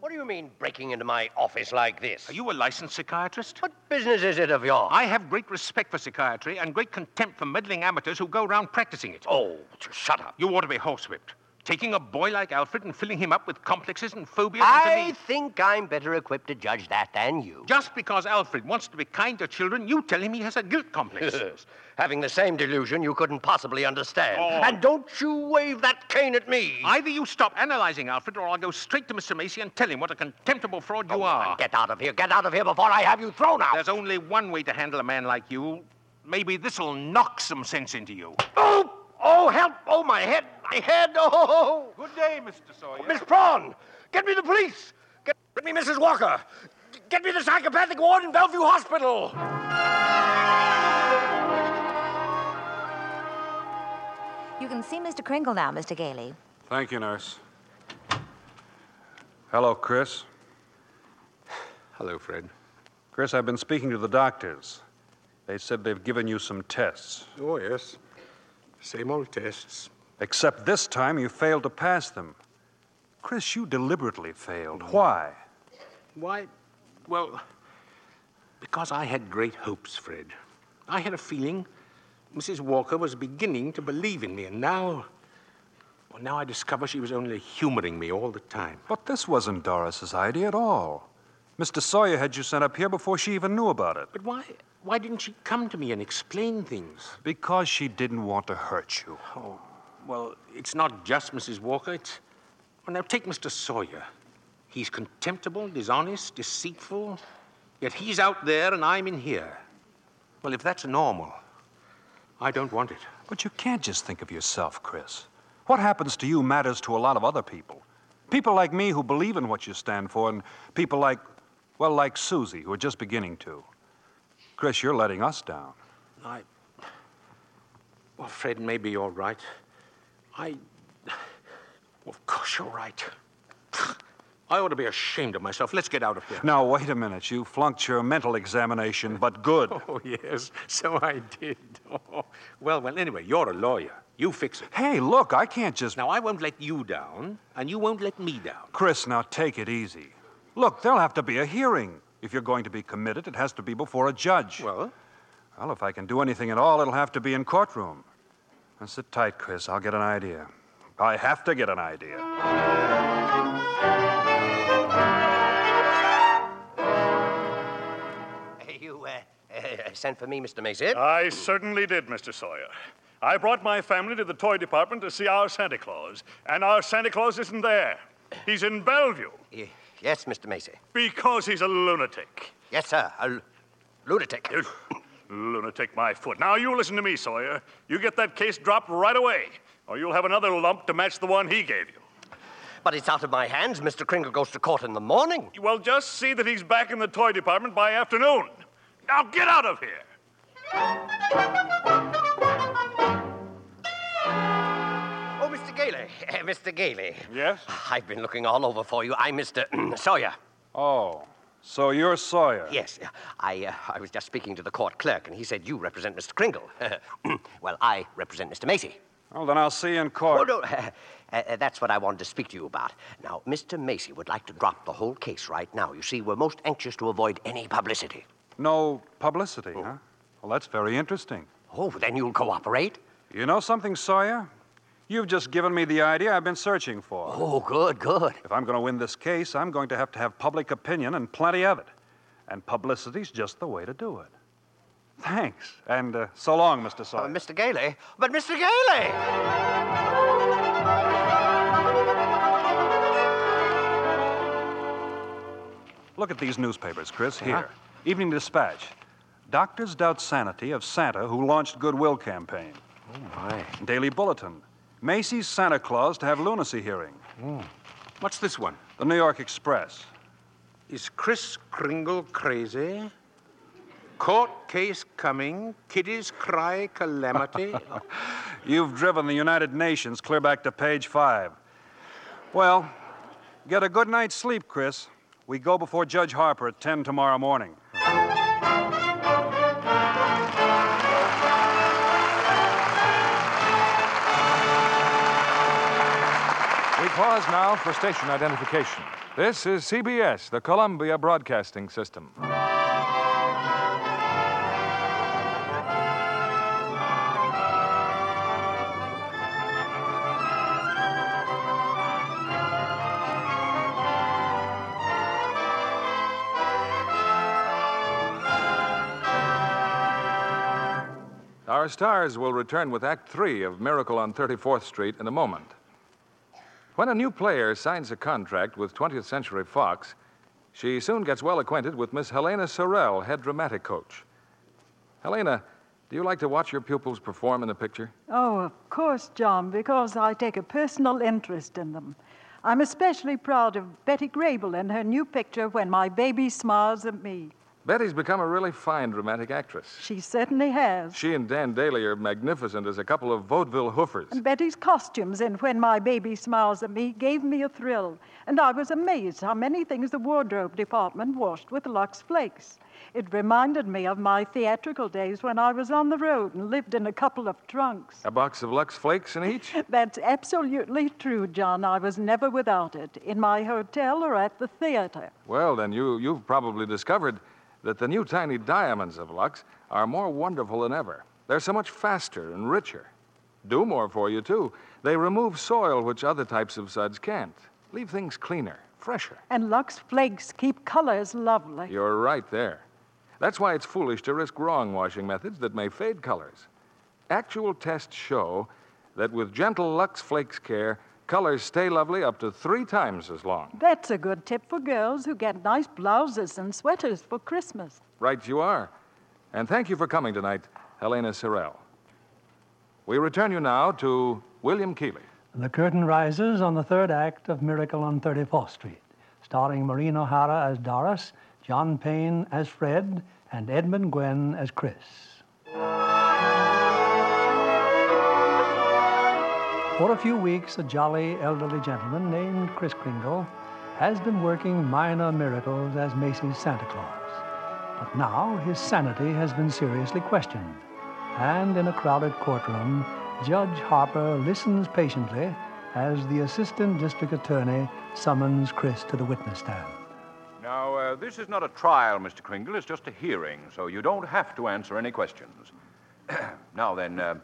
Speaker 15: What do you mean breaking into my office like this?
Speaker 9: Are you a licensed psychiatrist? What
Speaker 15: business is it of yours?
Speaker 9: I have great respect for psychiatry and great contempt for meddling amateurs who go around practicing it.
Speaker 15: Oh, shut up.
Speaker 9: You ought to be horsewhipped. Taking a boy like Alfred and filling him up with complexes and phobias.
Speaker 15: I think I'm better equipped to judge that than you.
Speaker 9: Just because Alfred wants to be kind to children, you tell him he has a guilt complex.
Speaker 15: Yes. Having the same delusion you couldn't possibly understand.
Speaker 9: Oh.
Speaker 15: And don't you wave that cane at me.
Speaker 9: Either you stop analyzing Alfred, or I'll go straight to Mr. Macy and tell him what a contemptible fraud you are.
Speaker 15: Oh, Get out of here. Get out of here before I have you thrown out.
Speaker 9: There's only one way to handle a man like you. Maybe this'll knock some sense into you.
Speaker 15: Oh, help! Oh, my head! My head! Oh!
Speaker 9: Good day, Mr. Sawyer.
Speaker 15: Miss Prawn! Get me the police! Get, get me Mrs. Walker! Get me the psychopathic ward in Bellevue Hospital!
Speaker 10: You can see Mr. Kringle now, Mr. Gailey.
Speaker 5: Thank you, nurse. Hello, Chris. Hello, Fred. Chris, I've been speaking to the doctors. They said they've given you some tests.
Speaker 20: Oh, yes. Same old tests.
Speaker 5: Except this time you failed to pass them. Chris, you deliberately failed. Why?
Speaker 9: Why?
Speaker 5: Well,
Speaker 9: Because I had great hopes, Fred. I had a feeling Mrs. Walker was beginning to believe in me, and now. Well, now I discover she was only humoring me all the time.
Speaker 5: But this wasn't Doris's idea at all. Mr. Sawyer had you sent up here before she even knew about it.
Speaker 9: But why? Why didn't she come to me and explain things?
Speaker 5: Because she didn't want to hurt you.
Speaker 9: Oh, well, it's not just Mrs. Walker. It's. Well, now take Mr. Sawyer. He's contemptible, dishonest, deceitful. Yet he's out there and I'm in here. Well, if that's normal, I don't want it.
Speaker 5: But you can't just think of yourself, Chris. What happens to you matters to a lot of other people. People like me who believe in what you stand for, and people like, well, like Susie, who are just beginning to. Chris, you're letting us down.
Speaker 9: I. Well, Fred, maybe you're right. I. Of course you're right. I ought to be ashamed of myself. Let's get out of here.
Speaker 5: Now, wait a minute. You flunked your mental examination, but good.
Speaker 9: Oh, yes, so I did. Oh, well, well, anyway, you're a lawyer. You fix it.
Speaker 5: Hey, look, I can't just.
Speaker 9: Now, I won't let you down, and you won't let me down.
Speaker 5: Chris, now take it easy. Look, there'll have to be a hearing. If you're going to be committed, it has to be before a judge.
Speaker 9: Well?
Speaker 5: Well, if I can do anything at all, it'll have to be in courtroom. Now sit tight, Chris. I'll get an idea. I have to get an idea.
Speaker 15: You, uh, uh, sent for me, Mr. Macy.
Speaker 12: I certainly did, Mr. Sawyer. I brought my family to the toy department to see our Santa Claus, and our Santa Claus isn't there. He's in Bellevue
Speaker 15: Y- Yes, Mr. Macy.
Speaker 12: because he's a lunatic.
Speaker 15: Yes, sir. A l- lunatic.
Speaker 12: Lunatic, my foot. Now you listen to me, Sawyer. You get that case dropped right away, or you'll have another lump to match the one he gave you.
Speaker 15: But it's out of my hands. Mr. Kringle goes to court in the morning.
Speaker 12: Well, just see that he's back in the toy department by afternoon. Now get out of here.
Speaker 15: Oh, Mr. Gailey. Eh, Mr. Gailey.
Speaker 5: Yes?
Speaker 15: I've been looking all over for you. I'm Mr. Sawyer.
Speaker 5: Oh, so you're Sawyer?
Speaker 15: Yes. I, uh, I was just speaking to the court clerk, and he said you represent Mr. Kringle. well, I represent Mr. Macy.
Speaker 5: Well, then I'll see you in court.
Speaker 15: Oh, no. Uh, uh, that's what I wanted to speak to you about. Now, Mr. Macy would like to drop the whole case right now. You see, we're most anxious to avoid any publicity.
Speaker 5: No publicity, huh? Well, that's very interesting.
Speaker 15: Oh, then you'll cooperate?
Speaker 5: You know something, Sawyer? You've just given me the idea I've been searching for.
Speaker 15: Oh, good, good.
Speaker 5: If I'm going to win this case, I'm going to have to have public opinion and plenty of it. And publicity's just the way to do it. Thanks. And uh, so long, Mr. Sawyer.
Speaker 15: Mr. Gailey? But, Mr. Gailey!
Speaker 5: Look at these newspapers, Chris.
Speaker 15: Uh-huh.
Speaker 5: Here. Evening Dispatch. Doctors doubt sanity of Santa who launched goodwill campaign.
Speaker 15: Oh, my.
Speaker 5: Daily Bulletin. Macy's Santa Claus to have lunacy hearing.
Speaker 15: Hmm.
Speaker 9: What's this one?
Speaker 5: The New York Express.
Speaker 9: Is Chris Kringle crazy? Court case coming. Kiddies cry calamity.
Speaker 5: You've driven the United Nations clear back to page five. Well, get a good night's sleep, Chris. We go before Judge Harper at 10 tomorrow morning.
Speaker 13: We pause now for station identification. This is CBS, the Columbia Broadcasting System. Our stars will return with Act Three of Miracle on 34th Street in a moment. When a new player signs a contract with 20th Century Fox, she soon gets well acquainted with Miss Helena Sorrell, head dramatic coach. Helena, do you like to watch your pupils perform in the picture?
Speaker 21: Oh, of course, John, because I take a personal interest in them. I'm especially proud of Betty Grable and her new picture, When My Baby Smiles at Me.
Speaker 13: Betty's become a really fine dramatic actress.
Speaker 21: She certainly has.
Speaker 13: She and Dan Daly are magnificent as a couple of vaudeville hoofers.
Speaker 21: And Betty's costumes in When My Baby Smiles at Me gave me a thrill, and I was amazed how many things the wardrobe department washed with Lux Flakes. It reminded me of my theatrical days when I was on the road and lived in a couple of trunks.
Speaker 13: A box of Lux Flakes in each?
Speaker 21: That's absolutely true, John. I was never without it, in my hotel or at the theater.
Speaker 13: Well, then you, you've probably discovered that the new tiny diamonds of Lux are more wonderful than ever. They're so much faster and richer. Do more for you, too. They remove soil, which other types of suds can't. Leave things cleaner, fresher.
Speaker 21: And Lux Flakes keep colors lovely.
Speaker 13: You're right there. That's why it's foolish to risk wrong washing methods that may fade colors. Actual tests show that with gentle Lux Flakes care, colors stay lovely up to three times as long.
Speaker 21: That's a good tip for girls who get nice blouses and sweaters for Christmas.
Speaker 13: Right you are. And thank you for coming tonight, Helena Sorrell. We return you now to William Keeley.
Speaker 2: The curtain rises on the third act of Miracle on 34th Street, starring Maureen O'Hara as Doris, John Payne as Fred, and Edmund Gwen as Chris. For a few weeks, a jolly elderly gentleman named Chris Kringle has been working minor miracles as Macy's Santa Claus. But now his sanity has been seriously questioned. And in a crowded courtroom, Judge Harper listens patiently as the assistant district attorney summons Chris to the witness stand.
Speaker 22: Now, uh, this is not a trial, Mr. Kringle. It's just a hearing, so you don't have to answer any questions. now then, uh,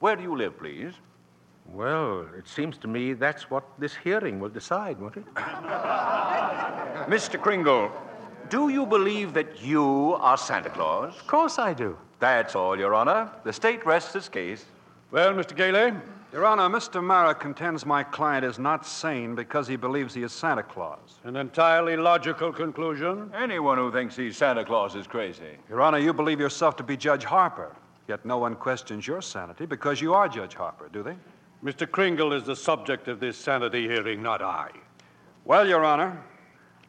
Speaker 22: where do you live, please?
Speaker 9: Well, it seems to me that's what this hearing will decide, won't it?
Speaker 22: Mr. Kringle, do you believe that you are Santa Claus? Of
Speaker 19: course I do.
Speaker 22: That's all, Your Honor. The state rests its case.
Speaker 5: Well, Mr. Gailey? Your Honor, Mr. Mara contends my client is not sane because he believes he is Santa Claus.
Speaker 19: An entirely logical conclusion.
Speaker 22: Anyone who thinks he's Santa Claus is crazy.
Speaker 5: Your Honor, you believe yourself to be Judge Harper, yet no one questions your sanity because you are Judge Harper, do they?
Speaker 19: Mr. Kringle is the subject of this sanity hearing, not I.
Speaker 5: Well, Your Honor,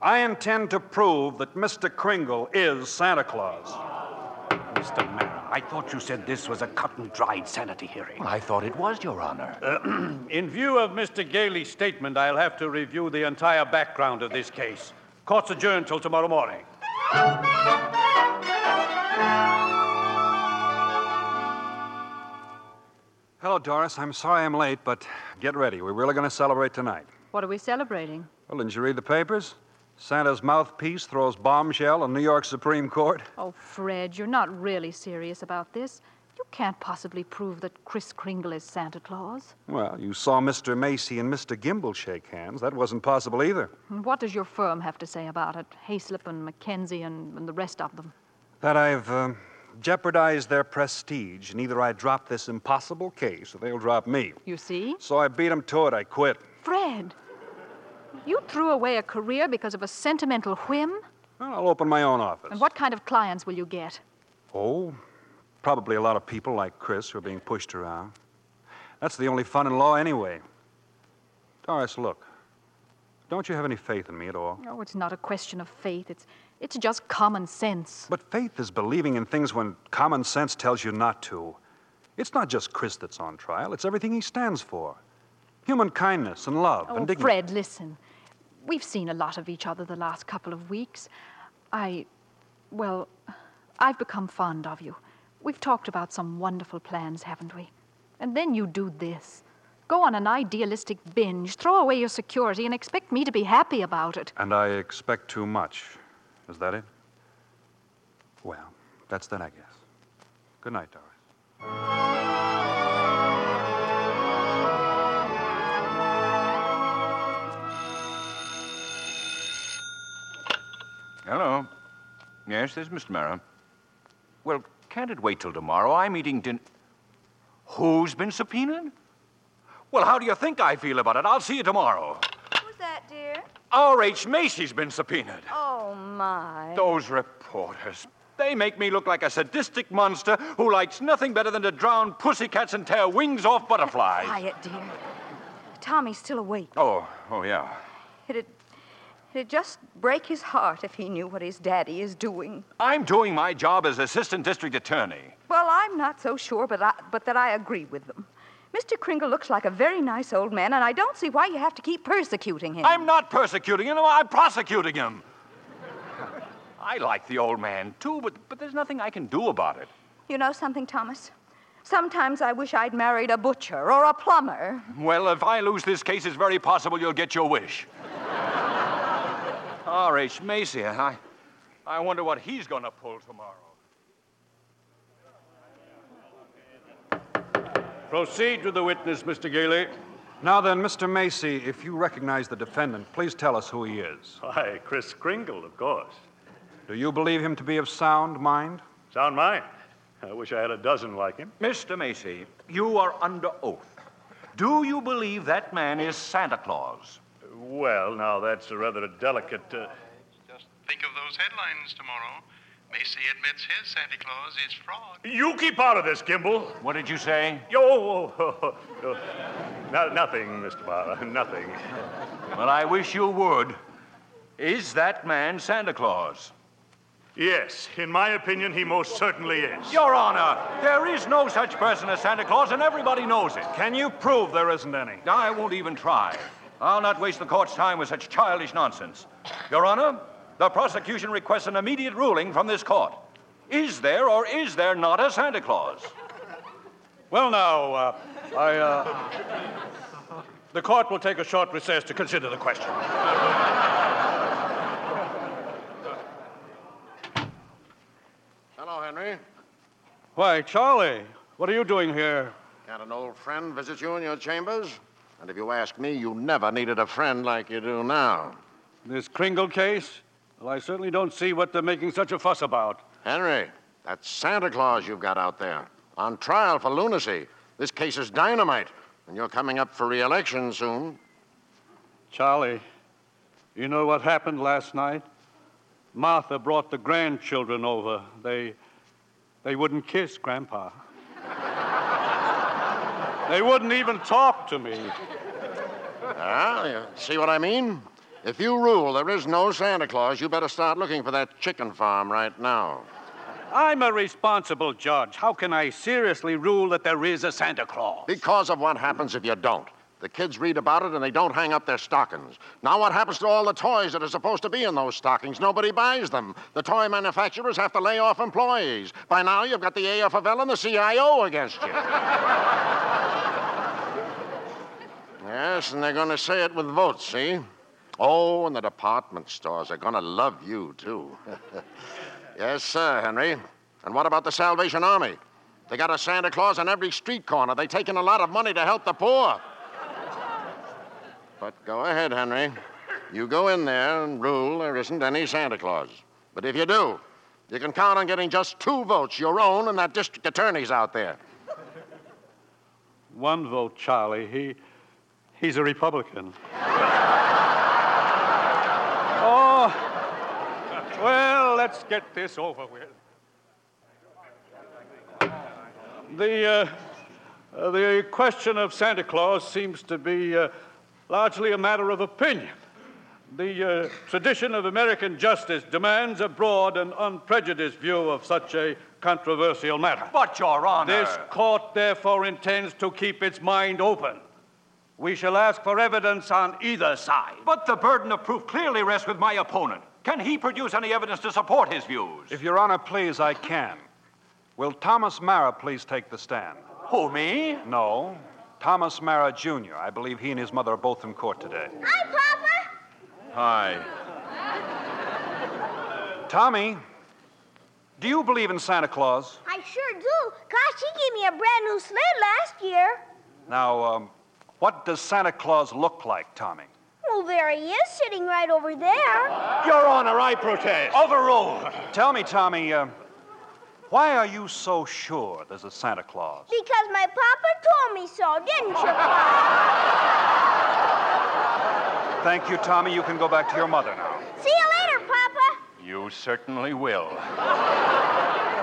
Speaker 5: I intend to prove that Mr. Kringle is Santa Claus.
Speaker 9: Mr. Mara, I thought you said this was a cut and dried sanity hearing.
Speaker 22: I thought it was, Your Honor.
Speaker 19: In view of Mr. Gailey's statement, I'll have to review the entire background of this case. Court's adjourned till tomorrow morning.
Speaker 5: Hello, Doris. I'm sorry I'm late, but get ready. We're really going to celebrate tonight.
Speaker 4: What are we celebrating?
Speaker 5: Well, didn't you read the papers? Santa's mouthpiece throws bombshell on New York Supreme Court.
Speaker 4: Oh, Fred, you're not really serious about this. You can't possibly prove that Kris Kringle is Santa Claus.
Speaker 5: Well, you saw Mr. Macy and Mr. Gimble shake hands. That wasn't possible either.
Speaker 4: And What does your firm have to say about it? Hayslip and Mackenzie and, and the rest of them.
Speaker 5: That I've um jeopardized their prestige, and either I drop this impossible case or they'll drop me.
Speaker 4: You see?
Speaker 5: So I beat 'em to it. I quit.
Speaker 4: Fred, you threw away a career because of a sentimental whim?
Speaker 5: Well, I'll open my own office.
Speaker 4: And what kind of clients will you get?
Speaker 5: Oh, probably a lot of people like Chris who are being pushed around. That's the only fun in law, anyway. Doris, look. Don't you have any faith in me at all?
Speaker 4: Oh, it's not a question of faith. It's, it's just common sense.
Speaker 5: But faith is believing in things when common sense tells you not to. It's not just Chris that's on trial, it's everything he stands for human kindness and love
Speaker 4: Oh,
Speaker 5: and dignity.
Speaker 4: Fred, listen. We've seen a lot of each other the last couple of weeks. I. Well, I've become fond of you. We've talked about some wonderful plans, haven't we? And then you do this. Go on an idealistic binge, throw away your security, and expect me to be happy about it.
Speaker 5: And I expect too much. Is that it? Well, that's that, I guess. Good night, Doris.
Speaker 22: Hello. Yes, this is Mr. Mara. Well, Can't it wait till tomorrow? I'm eating din. Who's been subpoenaed? Well, how do you think I feel about it? I'll see you tomorrow.
Speaker 23: Who's that, dear?
Speaker 22: R.H. Macy's been subpoenaed.
Speaker 23: Oh, my.
Speaker 22: Those reporters. They make me look like a sadistic monster who likes nothing better than to drown pussycats and tear wings off butterflies.
Speaker 23: Quiet, dear. Tommy's still awake.
Speaker 22: Oh, oh, yeah.
Speaker 23: It'd, it'd just break his heart if he knew what his daddy is doing.
Speaker 22: I'm doing my job as assistant district attorney.
Speaker 23: Well, I'm not so sure, but, I, but that I agree with them. Mr. Kringle looks like a very nice old man, and I don't see why you have to keep persecuting him.
Speaker 22: I'm not persecuting him, I'm prosecuting him. I like the old man, too, but, but there's nothing I can do about it.
Speaker 23: You know something, Thomas? Sometimes I wish I'd married a butcher or a plumber.
Speaker 22: Well, if I lose this case, it's very possible you'll get your wish. R.H. Macy, I, I wonder what he's going to pull tomorrow.
Speaker 19: Proceed to the witness, Mr. Gailey.
Speaker 5: Now then, Mr. Macy, if you recognize the defendant, please tell us who he is.
Speaker 12: Why, Chris Kringle, of course.
Speaker 5: Do you believe him to be of sound mind?
Speaker 12: Sound mind. I wish I had a dozen like him.
Speaker 22: Mr. Macy, you are under oath. Do you believe that man is Santa Claus?
Speaker 12: Well, now that's a rather delicate. Uh...
Speaker 11: Think of those headlines tomorrow. Macy admits his Santa Claus is fraud.
Speaker 12: You keep out of this, Gimble.
Speaker 22: What did you say?
Speaker 12: Yo, oh, oh, oh, oh. No- nothing, Mr. Barra, nothing.
Speaker 22: Well, I wish you would. Is that man Santa Claus?
Speaker 12: Yes, in my opinion, he most certainly is.
Speaker 22: Your Honor, there is no such person as Santa Claus, and everybody knows it.
Speaker 12: Can you prove there isn't any?
Speaker 22: I won't even try. I'll not waste the court's time with such childish nonsense. Your Honor, the prosecution requests an immediate ruling from this court. Is there or is there not a Santa Claus?
Speaker 19: Well,
Speaker 24: Oh,
Speaker 19: now, uh, I. Uh, the court will take a short recess to consider the question.
Speaker 24: Hello, Henry.
Speaker 19: Why, Charlie, what are you doing here?
Speaker 24: Had an old friend visit you in your chambers? And if you ask me, you never needed a friend like you do now.
Speaker 19: This Kringle case? Well, I certainly don't see what they're making such a fuss about.
Speaker 24: Henry, that's Santa Claus you've got out there. On trial for lunacy. This case is dynamite, and you're coming up for re-election soon.
Speaker 19: Charlie, you know what happened last night? Martha brought the grandchildren over. They, they wouldn't kiss Grandpa. they wouldn't even talk to me.
Speaker 24: Well, Ah, you see what I mean? If you rule there is no Santa Claus, you better start looking for that chicken farm right now.
Speaker 19: I'm a responsible judge. How can I seriously rule that there is a Santa Claus?
Speaker 24: Because of what happens if you don't. The kids read about it and they don't hang up their stockings. Now, what happens to all the toys that are supposed to be in those stockings? Nobody buys them. The toy manufacturers have to lay off employees. By now, you've got the AFL and the CIO against you. yes, and they're going to say it with votes, see? Oh, and the department stores are going to love you, too. yes, sir, Henry. And what about the Salvation Army? They got a Santa Claus on every street corner. They take in a lot of money to help the poor. But go ahead, Henry. You go in there and rule there isn't any Santa Claus. But if you do, you can count on getting just two votes, your own and that district attorney's out there.
Speaker 19: One vote, Charlie. He, he's a Republican. oh, well, let's get this over with. The, uh, uh, the question of Santa Claus seems to be uh, largely a matter of opinion. The uh, tradition of American justice demands a broad and unprejudiced view of such a controversial matter.
Speaker 22: But, Your Honor.
Speaker 19: This court, therefore, intends to keep its mind open. We shall ask for evidence on either side.
Speaker 22: But the burden of proof clearly rests with my opponent. Can he produce any evidence to support his views?
Speaker 5: If Your Honor please, I can. Will Thomas Mara please take the stand?
Speaker 22: Who, me?
Speaker 5: No. Thomas Mara Jr. I believe he and his mother are both in court today.
Speaker 6: Hi, Papa.
Speaker 22: Hi.
Speaker 5: Tommy, do you believe in Santa Claus?
Speaker 6: I sure do. Gosh, he gave me a brand new sled last year.
Speaker 5: Now, um, what does Santa Claus look like, Tommy?
Speaker 6: Well, there he is, sitting right over there.
Speaker 5: Your Honor, I protest. Overruled. Tell me, Tommy, uh, Why are you so sure there's a Santa Claus?
Speaker 1: Because my papa told me so, didn't you, Pop?
Speaker 5: Thank you, Tommy. You can go back to your mother now.
Speaker 1: See you later, Papa.
Speaker 22: You certainly will.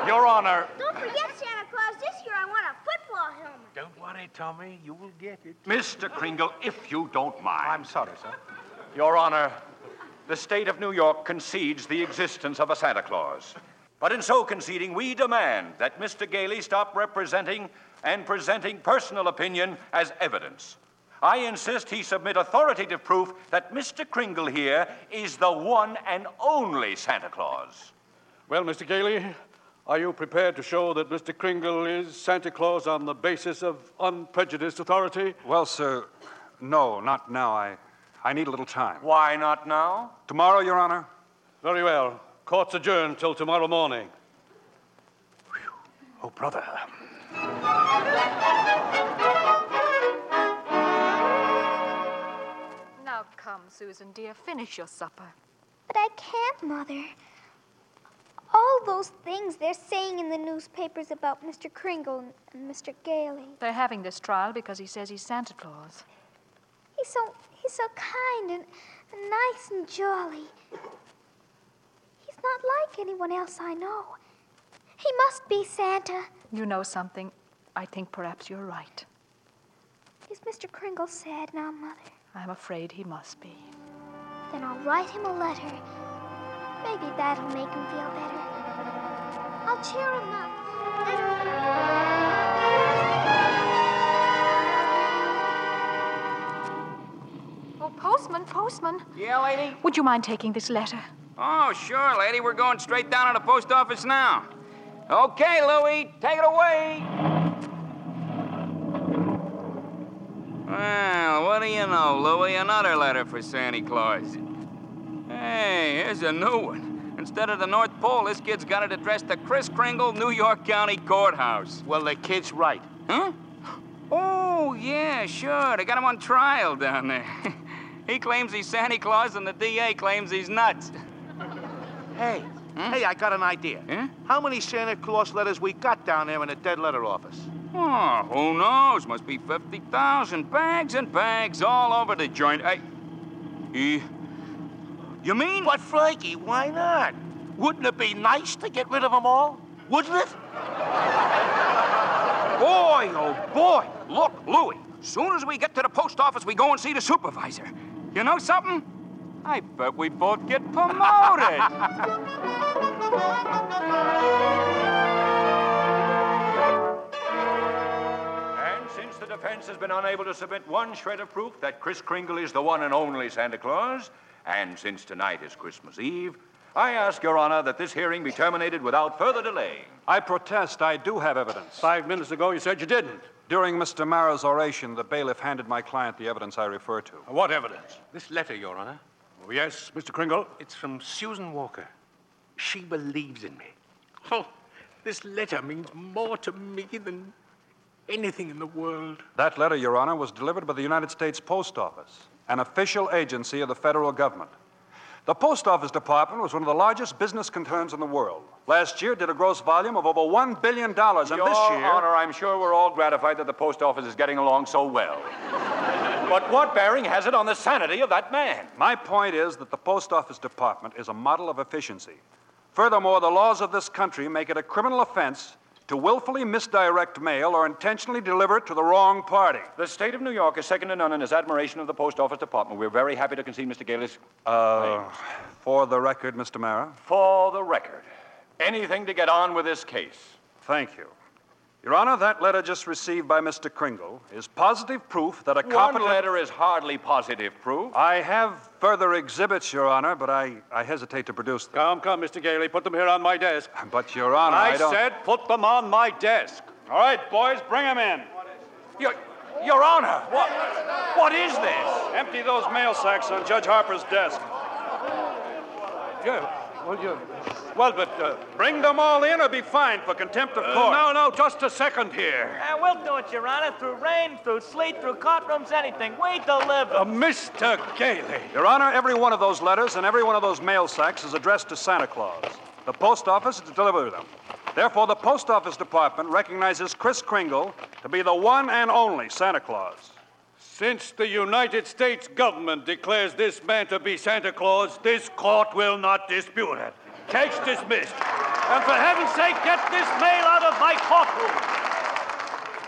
Speaker 22: Your Honor.
Speaker 1: Don't forget, Santa Claus, this year I want a football helmet.
Speaker 9: Don't worry, Tommy. You will get it.
Speaker 22: Mr. Kringle, if you don't mind. I'm sorry, sir. Your Honor, the state of New York concedes the existence of a Santa Claus. But in so conceding, we demand that Mr. Gailey stop representing and presenting personal opinion as evidence. I insist he submit authoritative proof that Mr. Kringle here is the one and only Santa Claus.
Speaker 19: Well, Mr. Gailey, are you prepared to show that Mr. Kringle is Santa Claus on the basis of unprejudiced authority?
Speaker 5: Well, sir, no, not now. I, I need a little time.
Speaker 22: Why not now?
Speaker 5: Tomorrow, Your Honor.
Speaker 19: Very well. Court's adjourned till tomorrow morning.
Speaker 5: Oh, brother.
Speaker 4: Now come, Susan, dear, finish your supper.
Speaker 6: But I can't, Mother. All those things they're saying in the newspapers about Mr. Kringle and- and Mr. Gailey.
Speaker 4: They're having this trial because he says he's Santa Claus.
Speaker 6: He's so he's so kind and, and nice and jolly. He's not like anyone else I know. He must be Santa.
Speaker 4: You know something? I think perhaps you're right.
Speaker 6: Is Mr. Kringle sad now, Mother?
Speaker 4: I'm afraid he must be.
Speaker 6: Then I'll write him a letter. Maybe that'll make him feel better. I'll cheer him up.
Speaker 4: Oh, postman, postman.
Speaker 25: Yeah, lady?
Speaker 4: Would you mind taking this letter?
Speaker 25: Oh, sure, lady. We're going straight down to the post office now. Okay, Louie, take it away. Well, what do you know, Louie? Another letter for Santa Claus. Hey, here's a new one. Instead of the North Pole, this kid's got it addressed to Chris Kringle, New York County Courthouse. Well, the kid's right. Huh? Oh, yeah, sure. They got him on trial down there. he claims he's Santa Claus, and the DA claims he's nuts.
Speaker 9: Hey, hey, I got an idea. How many Santa Claus letters we got down there in the dead letter office?
Speaker 25: Oh, who knows? Must be 50,000 bags and bags all over the joint. I. E- You mean?
Speaker 9: But, Frankie, why not? Wouldn't it be nice to get rid of them all? Wouldn't it?
Speaker 25: Boy, oh boy! Look, Louie, soon as we get to the post office, we go and see the supervisor. You know something? I bet we both get promoted.
Speaker 22: And since the defense has been unable to submit one shred of proof that Chris Kringle is the one and only Santa Claus, and since tonight is Christmas Eve, I ask Your Honor that this hearing be terminated without further delay.
Speaker 5: I protest. I do have evidence.
Speaker 19: Five minutes ago, you said you didn't.
Speaker 5: During Mr. Mara's oration, the bailiff handed my client the evidence I refer to.
Speaker 19: What evidence?
Speaker 9: This letter, Your Honor.
Speaker 19: Oh, yes, Mr. Kringle.
Speaker 9: It's from Susan Walker. She believes in me. Oh, this letter means more to me than anything in the world.
Speaker 5: That letter, Your Honor, was delivered by the United States Post Office, an official agency of the federal government. The Post Office Department was one of the largest business concerns in the world. Last year did a gross volume of over $1 billion, and
Speaker 22: Your
Speaker 5: this year.
Speaker 22: Honor, I'm sure we're all gratified that the post office is getting along so well. but what bearing has it on the sanity of that man?
Speaker 5: My point is that the Post Office Department is a model of efficiency. Furthermore, the laws of this country make it a criminal offense to willfully misdirect mail or intentionally deliver it to the wrong party.
Speaker 22: The state of New York is second to none in his admiration of the post office department. We're very happy to concede Mr. Gailey's.
Speaker 5: Uh, for the record, Mr. Mara.
Speaker 22: For the record, anything to get on with this case.
Speaker 5: Thank you. Your Honor, that letter just received by Mr. Kringle is positive proof that a competent.
Speaker 22: One letter is hardly positive proof.
Speaker 5: I have further exhibits, Your Honor, but I, I hesitate to produce them.
Speaker 19: Come, come, Mr. Gailey, put them here on my desk.
Speaker 5: But, Your Honor, I,
Speaker 19: I
Speaker 5: don't.
Speaker 19: said put them on my desk. All right, boys, bring them in.
Speaker 22: Your, Your Honor, what, what is this?
Speaker 19: Empty those mail sacks on Judge Harper's desk. Yeah, well, you. Well, but uh, bring them all in or be fined for contempt of court. no, no, just a second here.
Speaker 8: Uh, we'll do it, Your Honor. Through rain, through sleet, through courtrooms, anything. We deliver.
Speaker 19: Mr. Gailey.
Speaker 5: Uh, Your Honor, every one of those letters and every one of those mail sacks is addressed to Santa Claus. The post office is to deliver them.
Speaker 7: Therefore, the Post Office Department recognizes Kris Kringle to be the one and only Santa Claus.
Speaker 19: Since the United States government declares this man to be Santa Claus, this court will not dispute it. Case dismissed.
Speaker 14: And for heaven's sake, get this mail out of my courtroom.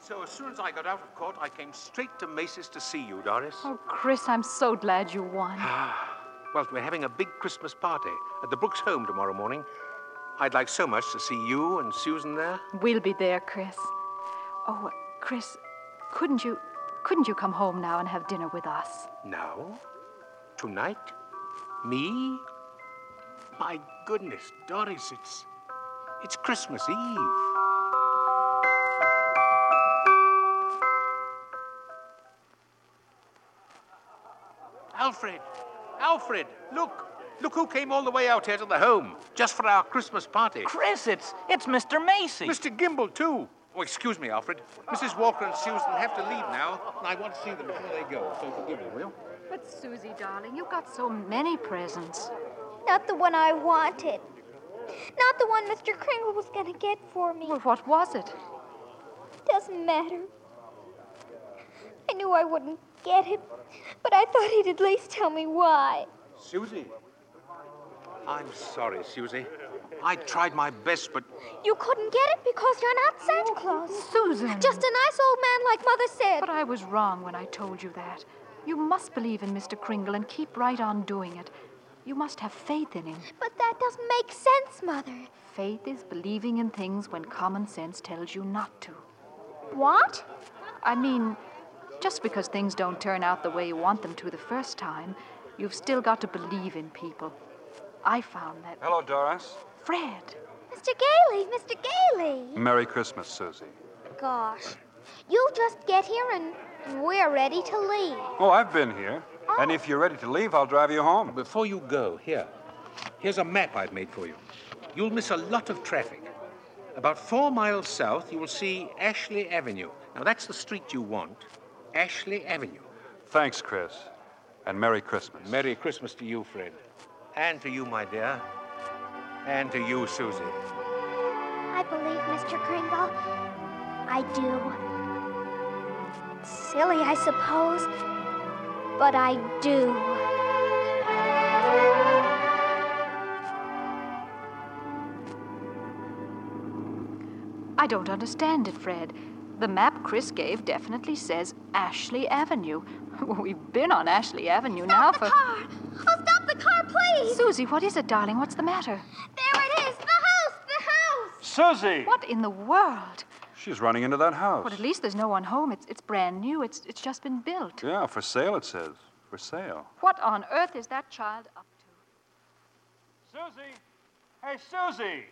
Speaker 9: So as soon as I got out of court, I came straight to Macy's to see you, Doris.
Speaker 4: Oh, Chris, I'm so glad you won.
Speaker 9: Ah, Well, we're having a big Christmas party at the Brooks home tomorrow morning. I'd like so much to see you and Susan there.
Speaker 4: We'll be there, Chris. Oh, Chris, couldn't you couldn't you come home now and have dinner with us?
Speaker 9: Now? Tonight? Me? My goodness, Doris, it's it's Christmas Eve. Alfred! Alfred! Look! Look who came all the way out here to the home just for our Christmas party.
Speaker 8: Chris, it's it's Mr. Macy.
Speaker 9: Mr. Gimble, too. Oh, excuse me, Alfred. Mrs. Walker and Susan have to leave now, and I want to see them before they go, so forgive me, will you?
Speaker 4: But Susie, darling, you got so many presents.
Speaker 6: Not the one I wanted. Not the one Mr. Kringle was going to get for me. Well,
Speaker 4: what was it?
Speaker 6: Doesn't matter. I knew I wouldn't get it, but I thought he'd at least tell me why.
Speaker 9: Susie. I'm sorry, Susie. I tried my best, but
Speaker 6: You couldn't get it because you're not Santa Claus.
Speaker 4: Oh, Susan.
Speaker 6: Just a nice old man like Mother said.
Speaker 4: But I was wrong when I told you that. You must believe in Mr. Kringle and keep right on doing it. You must have faith in him.
Speaker 6: But that doesn't make sense, Mother.
Speaker 4: Faith is believing in things when common sense tells you not to.
Speaker 6: What?
Speaker 4: I mean, just because things don't turn out the way you want them to the first time, you've still got to believe in people. I found that.
Speaker 5: Hello, Doris.
Speaker 4: Fred.
Speaker 6: Mr. Gailey, Mr. Gailey.
Speaker 5: Merry Christmas, Susie.
Speaker 6: Gosh, you just get here and we're ready to leave.
Speaker 5: Oh, I've been here. And if you're ready to leave, I'll drive you home.
Speaker 9: Before you go, here. Here's a map I've made for you. You'll miss a lot of traffic. About four miles south, you will see Ashley Avenue. Now, that's the street you want. Ashley Avenue.
Speaker 5: Thanks, Chris. And Merry Christmas.
Speaker 9: Merry Christmas to you, Fred. And to you, my dear. And to you, Susie.
Speaker 6: I believe Mr. Kringle. I do. It's silly, I suppose, but I do.
Speaker 4: I don't understand it, Fred. The map Chris gave definitely says Ashley Avenue. We've been on Ashley Avenue now for.
Speaker 6: Oh, stop the car, please!
Speaker 4: Susie, what is it, darling? What's the matter?
Speaker 6: There it is! The house! The house!
Speaker 5: Susie!
Speaker 4: What in the world?
Speaker 5: She's running into that house.
Speaker 4: Well, at least there's no one home. It's, it's brand new. It's, it's just been built.
Speaker 5: Yeah, for sale, it says. For sale.
Speaker 4: What on earth is that child up to?
Speaker 14: Susie! Hey, Susie!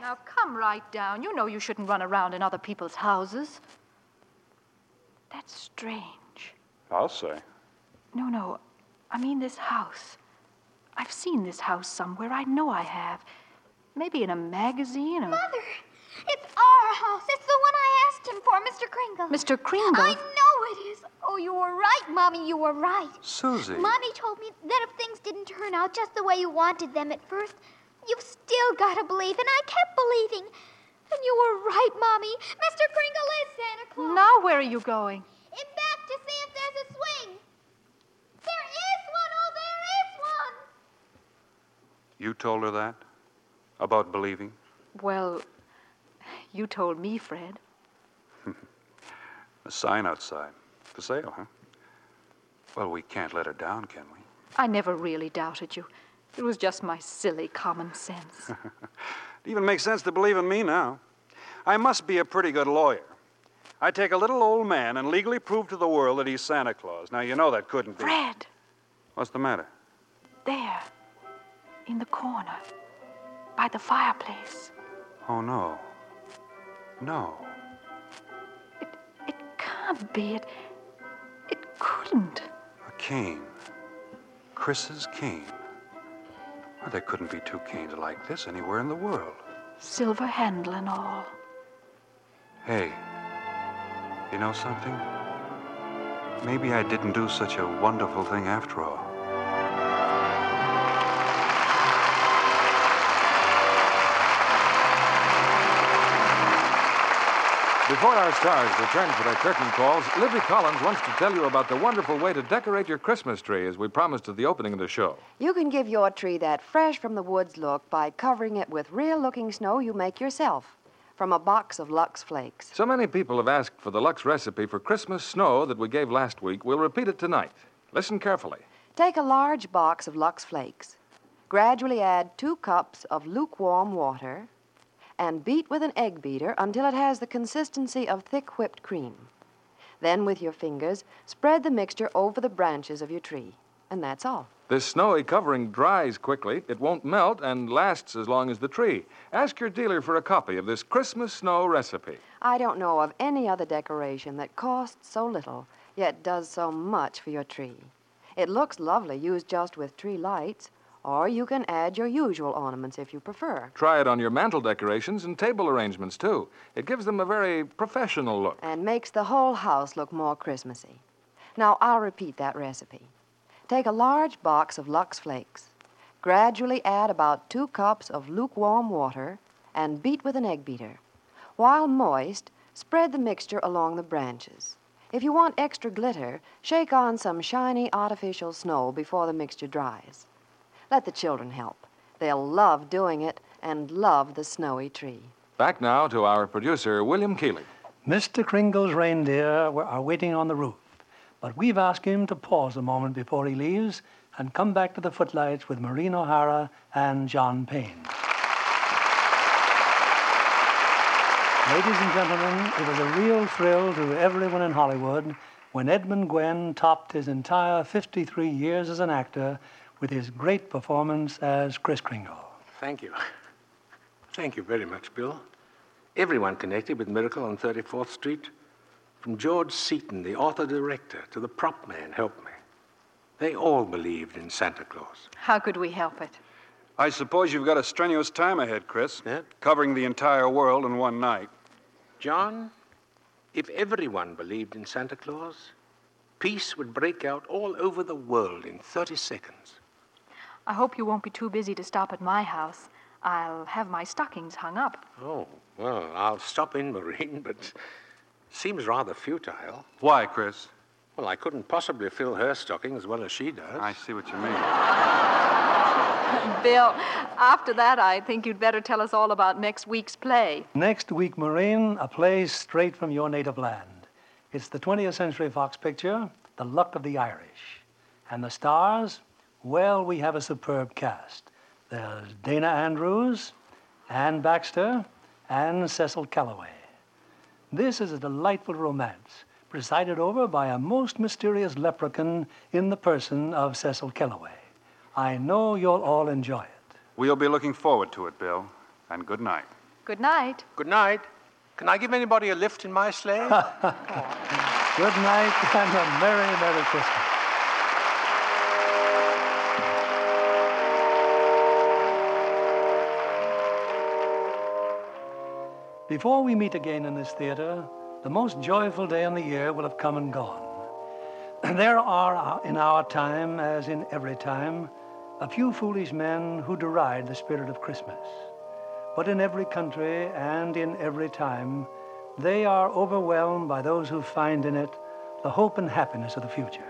Speaker 4: Now come right down. You know you shouldn't run around in other people's houses. That's strange.
Speaker 5: I'll say.
Speaker 4: No, no. I mean this house. I've seen this house somewhere. I know I have. Maybe in a magazine or.
Speaker 6: Mother, it's our house. It's the one I asked him for, Mr. Kringle.
Speaker 4: Mr. Kringle?
Speaker 6: I know it is. Oh, you were right, Mommy. You were right.
Speaker 5: Susie.
Speaker 6: Mommy told me that if things didn't turn out just the way you wanted them at first, you've still got to believe, and I kept believing. And you were right, Mommy. Mr. Kringle is Santa Claus.
Speaker 4: Now where are you going?
Speaker 6: In back to see if there's a swing. There is one. Oh, there is one.
Speaker 5: You told her that? About believing?
Speaker 4: Well, you told me, Fred.
Speaker 5: A sign outside. For sale, huh? Well, we can't let her down, can we?
Speaker 4: I never really doubted you. It was just my silly common sense.
Speaker 5: It even makes sense to believe in me now. I must be a pretty good lawyer. I take a little old man and legally prove to the world that he's Santa Claus. Now, you know that couldn't be.
Speaker 4: Fred,
Speaker 5: What's the matter?
Speaker 4: there, in the corner, by the fireplace.
Speaker 5: Oh, no. No.
Speaker 4: Can't be. It, it couldn't.
Speaker 5: A cane. Chris's cane. Well, there couldn't be two canes like this anywhere in the world.
Speaker 4: Silver handle and all.
Speaker 5: Hey, you know something? Maybe I didn't do such a wonderful thing after all.
Speaker 26: Before our stars return for their curtain calls, Libby Collins wants to tell you about the wonderful way to decorate your Christmas tree, as we promised at the opening of the show.
Speaker 14: You can give your tree that fresh from the woods look by covering it with real looking snow you make yourself from a box of Lux Flakes.
Speaker 13: So many people have asked for the Lux recipe for Christmas snow that we gave last week. We'll repeat it tonight. Listen carefully.
Speaker 14: Take a large box of Lux Flakes. Gradually add two cups of lukewarm water and beat with an egg beater until it has the consistency of thick whipped cream. Then, with your fingers, spread the mixture over the branches of your tree. And that's all.
Speaker 13: This snowy covering dries quickly, it won't melt, and lasts as long as the tree. Ask your dealer for a copy of this Christmas snow recipe.
Speaker 14: I don't know of any other decoration that costs so little, yet does so much for your tree. It looks lovely used just with tree lights, or you can add your usual ornaments if you prefer.
Speaker 13: Try it on your mantel decorations and table arrangements, too. It gives them a very professional look.
Speaker 14: and makes the whole house look more Christmassy. Now, I'll repeat that recipe. Take a large box of Lux Flakes. Gradually add about two cups of lukewarm water and beat with an egg beater. While moist, spread the mixture along the branches. If you want extra glitter, shake on some shiny artificial snow before the mixture dries. Let the children help. They'll love doing it and love the snowy tree.
Speaker 13: Back now to our producer, William Keeley.
Speaker 2: Mr. Kringle's reindeer were- are waiting on the roof, but we've asked him to pause a moment before he leaves and come back to the footlights with Maureen O'Hara and John Payne. Ladies and gentlemen, it was a real thrill to everyone in Hollywood when Edmund Gwen topped his entire 53 years as an actor with his great performance as Kris Kringle.
Speaker 9: Thank you. Thank you very much, Bill. Everyone connected with Miracle on 34th Street, from George Seaton, the author director, to the prop man, helped me. They all believed in Santa Claus.
Speaker 4: How could we help it?
Speaker 5: I suppose you've got a strenuous time ahead, Chris, covering the entire world in one night.
Speaker 9: John, if everyone believed in Santa Claus, peace would break out all over the world in 30 seconds.
Speaker 4: I hope you won't be too busy to stop at my house. I'll have my stockings hung up.
Speaker 9: Oh, well, I'll stop in, Marine, but seems rather futile.
Speaker 5: Why, Chris?
Speaker 9: Well, I couldn't possibly fill her stocking as well as she does. I
Speaker 5: see what you mean.
Speaker 4: Bill, after that, I think you'd better tell us all about next week's play.
Speaker 2: Next week, Marine, a play straight from your native land. It's the 20th Century Fox picture, The Luck of the Irish. And the stars? Well, we have a superb cast. There's Dana Andrews, Ann Baxter, and Cecil Calloway. This is a delightful romance, presided over by a most mysterious leprechaun in the person of Cecil Calloway. I know you'll all enjoy it.
Speaker 5: We'll be looking forward to it, Bill. And good night.
Speaker 4: Good night.
Speaker 9: Good night. Can I give anybody a lift in my sleigh?
Speaker 2: Good night and a merry, merry Christmas. Before we meet again in this theater, the most joyful day in the year will have come and gone. There are uh, in our time, as in every time, a few foolish men who deride the spirit of Christmas. But in every country and in every time, they are overwhelmed by those who find in it the hope and happiness of the future,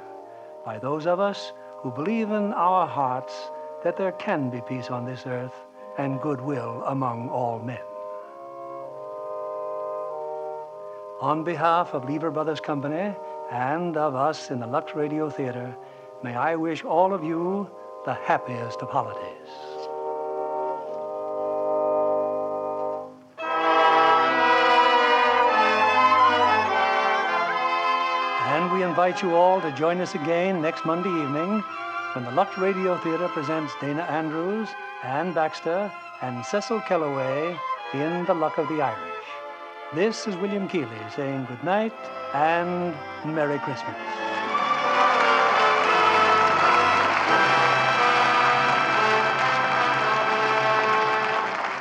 Speaker 2: by those of us who believe in our hearts that there can be peace on this earth and goodwill among all men. On behalf of Lever Brothers Company and of us in the Lux Radio Theater, may I wish all of you the happiest of holidays. And we invite you all to join us again next Monday evening when the Lux Radio Theater presents Dana Andrews, Ann Baxter, and Cecil Kellaway in The Luck of the Irish. This is William Keeley saying good night and Merry Christmas.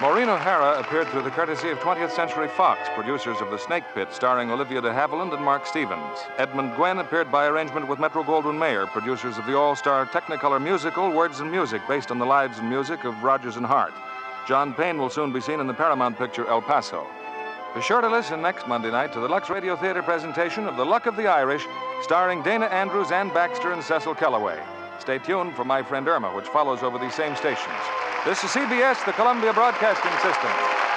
Speaker 13: Maureen O'Hara appeared through the courtesy of 20th Century Fox, producers of The Snake Pit, starring Olivia de Havilland and Mark Stevens. Edmund Gwen appeared by arrangement with Metro Goldwyn Mayer, producers of the all star Technicolor musical Words and Music, based on the lives and music of Rogers and Hart. John Payne will soon be seen in the Paramount picture El Paso. Be sure to listen next Monday night to the Lux Radio Theater presentation of The Luck of the Irish, starring Dana Andrews, Ann Baxter, and Cecil Kellaway. Stay tuned for My Friend Irma, which follows over these same stations. This is CBS, the Columbia Broadcasting System.